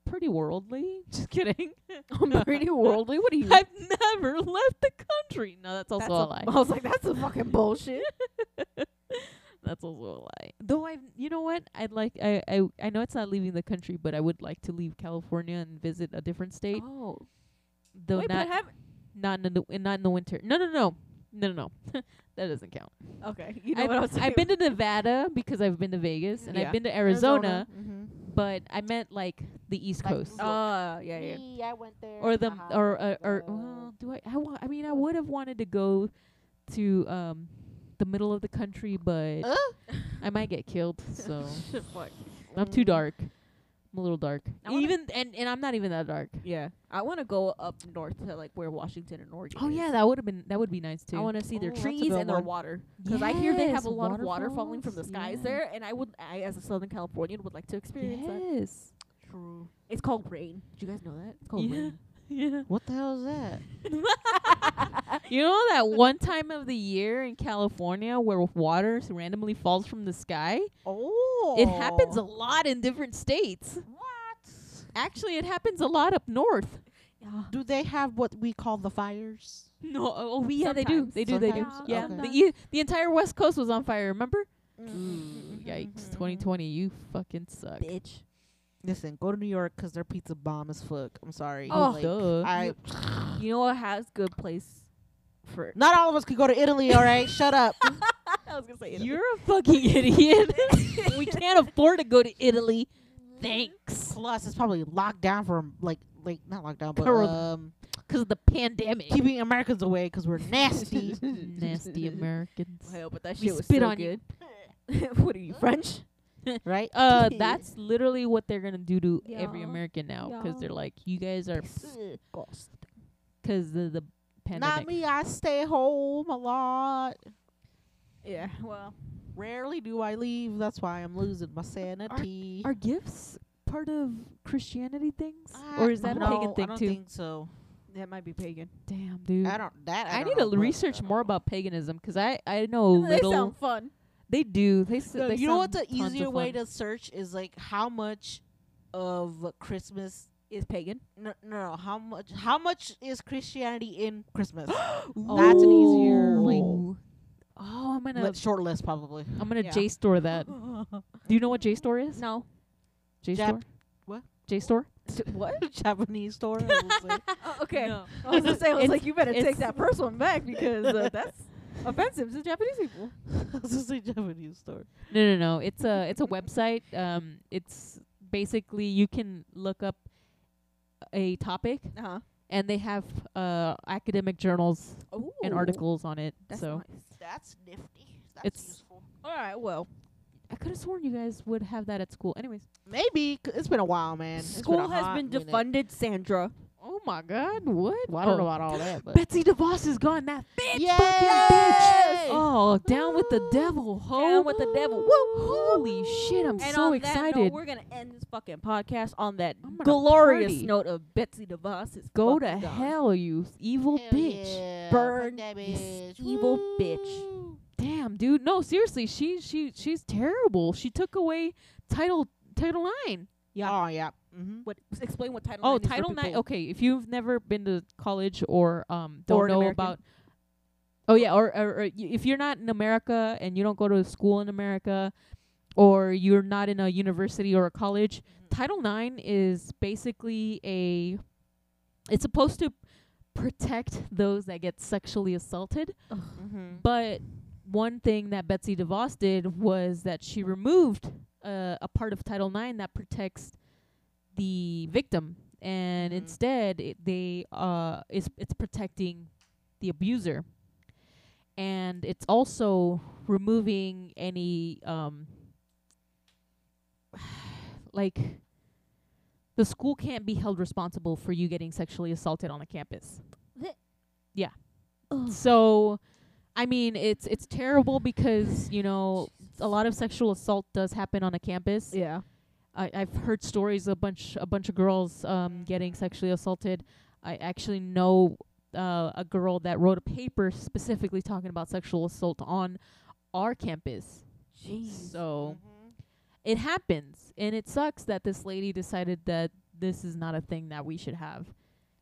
[SPEAKER 3] pretty worldly. Just kidding.
[SPEAKER 1] I'm pretty worldly. What are you?
[SPEAKER 3] I've never left the country. No, that's also
[SPEAKER 1] Mm. That's
[SPEAKER 3] a
[SPEAKER 1] a-
[SPEAKER 3] lie.
[SPEAKER 1] I was like, that's a fucking bullshit.
[SPEAKER 3] That's also a lie. Though I, you know what? I'd like. I, I, I know it's not leaving the country, but I would like to leave California and visit a different state.
[SPEAKER 1] oh,
[SPEAKER 3] Though
[SPEAKER 1] wait,
[SPEAKER 3] not,
[SPEAKER 1] but have
[SPEAKER 3] not in the, not in the winter. No, no, no, no, no, no. that doesn't count.
[SPEAKER 1] okay. You know
[SPEAKER 3] I've,
[SPEAKER 1] what I was saying.
[SPEAKER 3] I've been to Nevada because I've been to Vegas and
[SPEAKER 2] Yeah.
[SPEAKER 3] I've been to Arizona,
[SPEAKER 2] Mhm.
[SPEAKER 3] but I meant like the East
[SPEAKER 2] Like
[SPEAKER 3] Coast
[SPEAKER 2] New York.
[SPEAKER 1] Uh, yeah, yeah.
[SPEAKER 2] Me, I went there. Uh-huh.
[SPEAKER 3] or the
[SPEAKER 2] haha,
[SPEAKER 3] or uh, or
[SPEAKER 1] Oh.
[SPEAKER 2] whoa.
[SPEAKER 3] well, do I? I, wa- I mean, I would have wanted to go to um the middle of the country, but
[SPEAKER 2] Uh?
[SPEAKER 3] I might get killed. So
[SPEAKER 1] Shit, fuck.
[SPEAKER 3] I'm too dark. I'm a little dark.
[SPEAKER 1] I wanna-
[SPEAKER 3] Even and and I'm not even that dark.
[SPEAKER 1] Yeah, I want to go up north to like where Washington and Oregon.
[SPEAKER 3] Oh
[SPEAKER 1] is.
[SPEAKER 3] yeah, that would have been that would be nice too.
[SPEAKER 1] I want to see their
[SPEAKER 2] Oh, that's a
[SPEAKER 1] trees
[SPEAKER 2] good
[SPEAKER 1] and their
[SPEAKER 2] one.
[SPEAKER 1] water because I hear they have a
[SPEAKER 3] Yes,
[SPEAKER 1] lot of water falling from the
[SPEAKER 3] waterfalls,
[SPEAKER 1] skies
[SPEAKER 3] yeah.
[SPEAKER 1] there, and I would, I as a Southern Californian, would like to experience that. Oh,
[SPEAKER 3] Yes.
[SPEAKER 2] True.
[SPEAKER 1] It's called rain. Did you guys know that? It's called
[SPEAKER 3] Yeah.
[SPEAKER 1] rain.
[SPEAKER 3] Yeah.
[SPEAKER 2] What the hell is that?
[SPEAKER 3] You know that one time of the year in California where water s- randomly falls from the sky?
[SPEAKER 2] Oh.
[SPEAKER 3] It happens a lot in different states.
[SPEAKER 2] What?
[SPEAKER 3] Actually, it happens a lot up north.
[SPEAKER 1] Ah,
[SPEAKER 2] Do they have what we call the fires?
[SPEAKER 3] No, oh yeah, they do. They do. They do.
[SPEAKER 1] Sometimes.
[SPEAKER 3] Yeah.
[SPEAKER 2] Okay.
[SPEAKER 3] The, e- the entire West Coast was on fire. Remember?
[SPEAKER 2] Mm.
[SPEAKER 3] Yikes! 2020, you fucking suck.
[SPEAKER 1] bitch.
[SPEAKER 2] Listen, go to New York 'cause their pizza bomb as fuck. I'm sorry.
[SPEAKER 1] Oh.
[SPEAKER 2] Like,
[SPEAKER 3] Duh.
[SPEAKER 2] I
[SPEAKER 1] You know what has good place for?
[SPEAKER 2] not all of us could go to Italy. All right, shut up.
[SPEAKER 1] I was gonna say Italy.
[SPEAKER 3] You're a fucking idiot. we can't afford to go to Italy. Thanks.
[SPEAKER 2] Plus, it's probably locked down for like like not locked down, but
[SPEAKER 3] Corona.
[SPEAKER 2] um,
[SPEAKER 3] Because of the pandemic.
[SPEAKER 2] keeping Americans away 'cause we're nasty.
[SPEAKER 3] Nasty Americans.
[SPEAKER 1] Well, but that
[SPEAKER 3] We
[SPEAKER 1] shit was
[SPEAKER 3] spit
[SPEAKER 1] so
[SPEAKER 3] on you.
[SPEAKER 1] good. what are you French?
[SPEAKER 2] right?
[SPEAKER 3] Uh, that's literally what they're gonna do to every
[SPEAKER 1] Yeah.
[SPEAKER 3] American now, 'cause they're
[SPEAKER 1] Yeah.
[SPEAKER 3] like, you guys are, because the, the
[SPEAKER 2] Not
[SPEAKER 3] pandemic.
[SPEAKER 2] me. I stay home a lot.
[SPEAKER 1] Yeah. Well,
[SPEAKER 2] Rarely do I leave. That's why I'm losing my sanity.
[SPEAKER 3] Are gifts part of Christianity things,
[SPEAKER 2] I
[SPEAKER 3] or is that
[SPEAKER 2] don't
[SPEAKER 3] a pagan
[SPEAKER 2] know. I
[SPEAKER 3] thing
[SPEAKER 2] don't
[SPEAKER 3] too?
[SPEAKER 2] think so.
[SPEAKER 1] that might be pagan.
[SPEAKER 3] Damn, dude.
[SPEAKER 2] I don't. That I,
[SPEAKER 3] I
[SPEAKER 2] don't
[SPEAKER 3] need
[SPEAKER 2] know,
[SPEAKER 3] to
[SPEAKER 2] but-
[SPEAKER 3] research more about paganism 'cause I I know
[SPEAKER 1] they
[SPEAKER 3] little.
[SPEAKER 1] sound fun.
[SPEAKER 3] They do. They, s-
[SPEAKER 2] No,
[SPEAKER 3] they
[SPEAKER 2] you know what's
[SPEAKER 3] sound
[SPEAKER 2] an
[SPEAKER 3] tons of
[SPEAKER 2] easier way
[SPEAKER 3] fun.
[SPEAKER 2] to search is like how much of Christmas
[SPEAKER 1] Is pagan?
[SPEAKER 2] no, no no how much how much is Christianity in Christmas?
[SPEAKER 1] That's an easier,
[SPEAKER 2] like-
[SPEAKER 3] Ooh. oh, I'm gonna
[SPEAKER 2] Let- short list probably.
[SPEAKER 3] I'm gonna
[SPEAKER 1] yeah.
[SPEAKER 3] JSTOR that. Do you know what JSTOR is?
[SPEAKER 1] No.
[SPEAKER 3] JSTOR.
[SPEAKER 2] what?
[SPEAKER 3] JSTOR.
[SPEAKER 1] What?
[SPEAKER 2] Japanese store. I was like,
[SPEAKER 1] Oh, okay.
[SPEAKER 3] No.
[SPEAKER 1] I was gonna say, I was
[SPEAKER 3] It's-
[SPEAKER 1] like, you better
[SPEAKER 3] it's-
[SPEAKER 1] take that first one back because uh, that's offensive to Japanese people.
[SPEAKER 2] I was just like Japanese store.
[SPEAKER 3] No, no, no. It's a it's a website. Um, it's basically you can look up a topic,
[SPEAKER 1] Uh-huh.
[SPEAKER 3] and they have uh academic journals
[SPEAKER 1] Ooh,
[SPEAKER 3] and articles on it.
[SPEAKER 1] That's
[SPEAKER 3] so
[SPEAKER 1] nice.
[SPEAKER 2] That's nifty. That's
[SPEAKER 3] It's-
[SPEAKER 2] useful.
[SPEAKER 1] All right. Well,
[SPEAKER 3] I could have sworn you guys would have that at school. Anyways.
[SPEAKER 2] Maybe 'cause it's been a while, man. It's been
[SPEAKER 1] school
[SPEAKER 2] a hot
[SPEAKER 1] has been
[SPEAKER 2] minute.
[SPEAKER 1] defunded, Sandra.
[SPEAKER 3] Oh my God! What?
[SPEAKER 1] Oh.
[SPEAKER 2] Well, I don't know about all that, but
[SPEAKER 3] Betsy DeVos is gone. That bitch.
[SPEAKER 2] Yes!
[SPEAKER 3] Fucking bitch. Oh, devil. Down with the devil. Ho.
[SPEAKER 1] Down with the devil. Woo!
[SPEAKER 3] Holy shit, I'm
[SPEAKER 1] And
[SPEAKER 3] so
[SPEAKER 1] on That note,
[SPEAKER 3] excited.
[SPEAKER 1] we're gonna end this fucking podcast on that
[SPEAKER 3] I'm gonna
[SPEAKER 1] glorious
[SPEAKER 3] party.
[SPEAKER 1] note of Betsy DeVos. It's
[SPEAKER 3] Go to
[SPEAKER 1] fucking gone.
[SPEAKER 3] hell, you evil
[SPEAKER 2] Hell
[SPEAKER 3] bitch.
[SPEAKER 2] yeah, fuck
[SPEAKER 1] Burn
[SPEAKER 2] that
[SPEAKER 1] this
[SPEAKER 2] bitch.
[SPEAKER 1] evil
[SPEAKER 2] Woo.
[SPEAKER 1] bitch.
[SPEAKER 3] Damn, dude. No, seriously, she she she's terrible. She took away title title 9.
[SPEAKER 1] Yeah.
[SPEAKER 2] Oh yeah. Mm-hmm.
[SPEAKER 1] What? Explain what title.
[SPEAKER 3] Oh,
[SPEAKER 1] IX is for
[SPEAKER 3] Title Nine.
[SPEAKER 1] people.
[SPEAKER 3] Okay, if you've never been to college or um don't
[SPEAKER 1] Or an
[SPEAKER 3] know
[SPEAKER 1] American.
[SPEAKER 3] about, oh yeah, or, or, or y- if you're not in America and you don't go to school in America, or you're not in a university or a college,
[SPEAKER 1] Mm-hmm.
[SPEAKER 3] Title Nine is basically a, it's supposed to protect those that get sexually assaulted,
[SPEAKER 2] Mm-hmm.
[SPEAKER 3] but one thing that Betsy DeVos did was that she removed uh, a part of Title IX that protects the victim, and
[SPEAKER 2] Mhm.
[SPEAKER 3] instead it, they uh, it's it's protecting the abuser, and it's also removing any um, like the school can't be held responsible for you getting sexually assaulted on a campus.
[SPEAKER 1] Ugh.
[SPEAKER 3] So, I mean, it's it's terrible because you know a lot of sexual assault does happen on a campus.
[SPEAKER 1] Yeah.
[SPEAKER 3] I, I've heard stories of a bunch a bunch of girls
[SPEAKER 2] Mm.
[SPEAKER 3] um, getting sexually assaulted. I actually know uh, a girl that wrote a paper specifically talking about sexual assault on our campus.
[SPEAKER 1] Jeez.
[SPEAKER 3] So
[SPEAKER 2] Mm. Mm-hmm.
[SPEAKER 3] it happens, and it sucks that this lady decided that this is not a thing that we should have.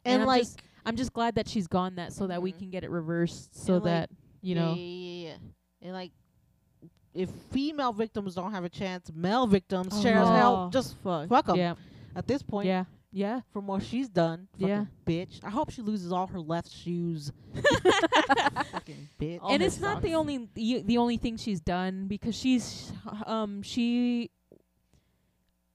[SPEAKER 2] And,
[SPEAKER 3] I'm
[SPEAKER 2] like,
[SPEAKER 3] just- I'm just glad that she's gone that so that we
[SPEAKER 2] Mhm.
[SPEAKER 3] can get it reversed so
[SPEAKER 2] And, like,
[SPEAKER 3] that you know.
[SPEAKER 2] Yeah, yeah, yeah, yeah. And like, if female victims don't have a chance, male victims
[SPEAKER 3] Oh,
[SPEAKER 2] sure as hell
[SPEAKER 3] no.
[SPEAKER 2] just
[SPEAKER 1] fuck.
[SPEAKER 2] fuck 'em.
[SPEAKER 3] Yeah,
[SPEAKER 2] At this point,
[SPEAKER 3] yeah, yeah.
[SPEAKER 2] from what she's done, fucking
[SPEAKER 3] Yeah.
[SPEAKER 2] bitch. I hope she loses all her left shoes. fucking bitch.
[SPEAKER 1] All
[SPEAKER 3] and
[SPEAKER 1] her
[SPEAKER 3] it's not the
[SPEAKER 1] socks.
[SPEAKER 3] only the, the only thing she's done because she's um she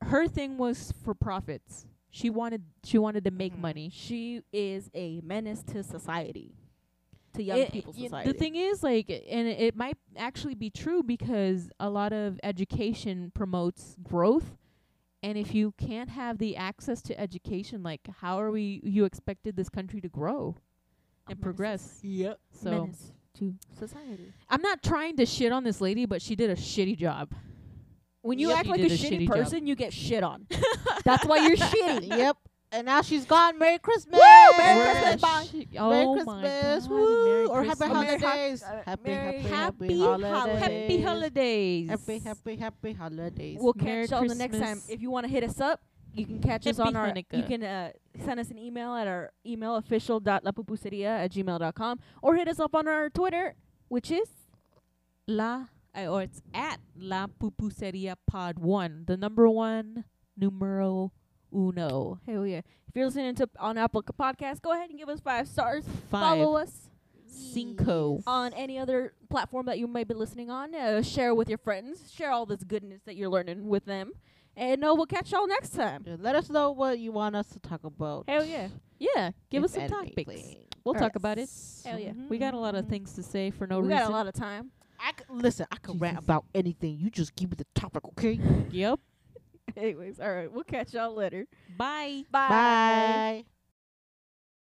[SPEAKER 3] her thing was for profits. She wanted she wanted to make
[SPEAKER 2] Mhm.
[SPEAKER 3] money.
[SPEAKER 1] She is a menace to society, to young
[SPEAKER 3] It-
[SPEAKER 1] people's
[SPEAKER 3] y-
[SPEAKER 1] society.
[SPEAKER 3] The thing is, like, and it- it might actually be true because a lot of education promotes growth. And if you can't have the access to education, like, how are we? You expected this country to grow
[SPEAKER 1] A
[SPEAKER 3] and
[SPEAKER 1] menace
[SPEAKER 3] progress.
[SPEAKER 2] Yep.
[SPEAKER 3] So
[SPEAKER 1] menace to society.
[SPEAKER 3] I'm not trying to shit on this lady, but she did a shitty job.
[SPEAKER 1] When you
[SPEAKER 3] Yep.
[SPEAKER 1] act
[SPEAKER 3] She
[SPEAKER 1] like a
[SPEAKER 3] did a
[SPEAKER 1] shitty,
[SPEAKER 3] shitty job.
[SPEAKER 1] person, you get shit on. That's why you're shitty.
[SPEAKER 2] yep. And now she's gone. Merry Christmas.
[SPEAKER 1] Merry
[SPEAKER 3] We're
[SPEAKER 1] Christmas,
[SPEAKER 3] a
[SPEAKER 1] bye.
[SPEAKER 3] shi-
[SPEAKER 2] Merry
[SPEAKER 3] oh my
[SPEAKER 2] Christmas.
[SPEAKER 3] God,
[SPEAKER 2] Woo.
[SPEAKER 3] Merry
[SPEAKER 2] or happy
[SPEAKER 3] Christmas.
[SPEAKER 1] Merry hap-
[SPEAKER 2] holidays.
[SPEAKER 1] uh,
[SPEAKER 2] happy,
[SPEAKER 1] Merry happy
[SPEAKER 2] happy, happy
[SPEAKER 1] holidays.
[SPEAKER 2] holidays.
[SPEAKER 3] Happy holidays.
[SPEAKER 2] Happy, happy, happy holidays.
[SPEAKER 1] We'll
[SPEAKER 3] Merry
[SPEAKER 1] catch y'all the next time.
[SPEAKER 3] Christmas.
[SPEAKER 1] If you want to hit us up, you can catch us
[SPEAKER 3] Happy
[SPEAKER 1] on our. You
[SPEAKER 3] Hanukkah.
[SPEAKER 1] can uh, send us an email at our email official dot lapupuseria at gmail dot com or hit us up on our Twitter, which is
[SPEAKER 3] La, uh, or it's at La Pupuseria Pod 1, the number one, numero uno.
[SPEAKER 1] hell yeah. If you're listening to on Apple Podcast, go ahead and give us five stars.
[SPEAKER 3] Five.
[SPEAKER 1] Follow us
[SPEAKER 3] Cinco.
[SPEAKER 1] on any other platform that you may be listening on. Uh, share with your friends. Share all this goodness that you're learning with them, and uh, we'll catch y'all next time.
[SPEAKER 2] Yeah, Let us know what you want us to talk about.
[SPEAKER 1] Hell yeah.
[SPEAKER 3] Yeah, give
[SPEAKER 2] if
[SPEAKER 3] us some
[SPEAKER 2] anything,
[SPEAKER 3] topics.
[SPEAKER 2] please.
[SPEAKER 3] We'll
[SPEAKER 1] All
[SPEAKER 3] talk
[SPEAKER 1] right.
[SPEAKER 3] about it.
[SPEAKER 1] Hell yeah.
[SPEAKER 3] We got a lot of things to say for no
[SPEAKER 1] we
[SPEAKER 3] reason.
[SPEAKER 1] got a lot of time.
[SPEAKER 2] Mm-hmm. I c- listen, I can rant
[SPEAKER 3] Jesus.
[SPEAKER 2] about anything. You just give me the topic, okay?
[SPEAKER 3] yep.
[SPEAKER 1] Anyways, all right. We'll catch y'all later.
[SPEAKER 3] Bye.
[SPEAKER 1] Bye.
[SPEAKER 2] Bye.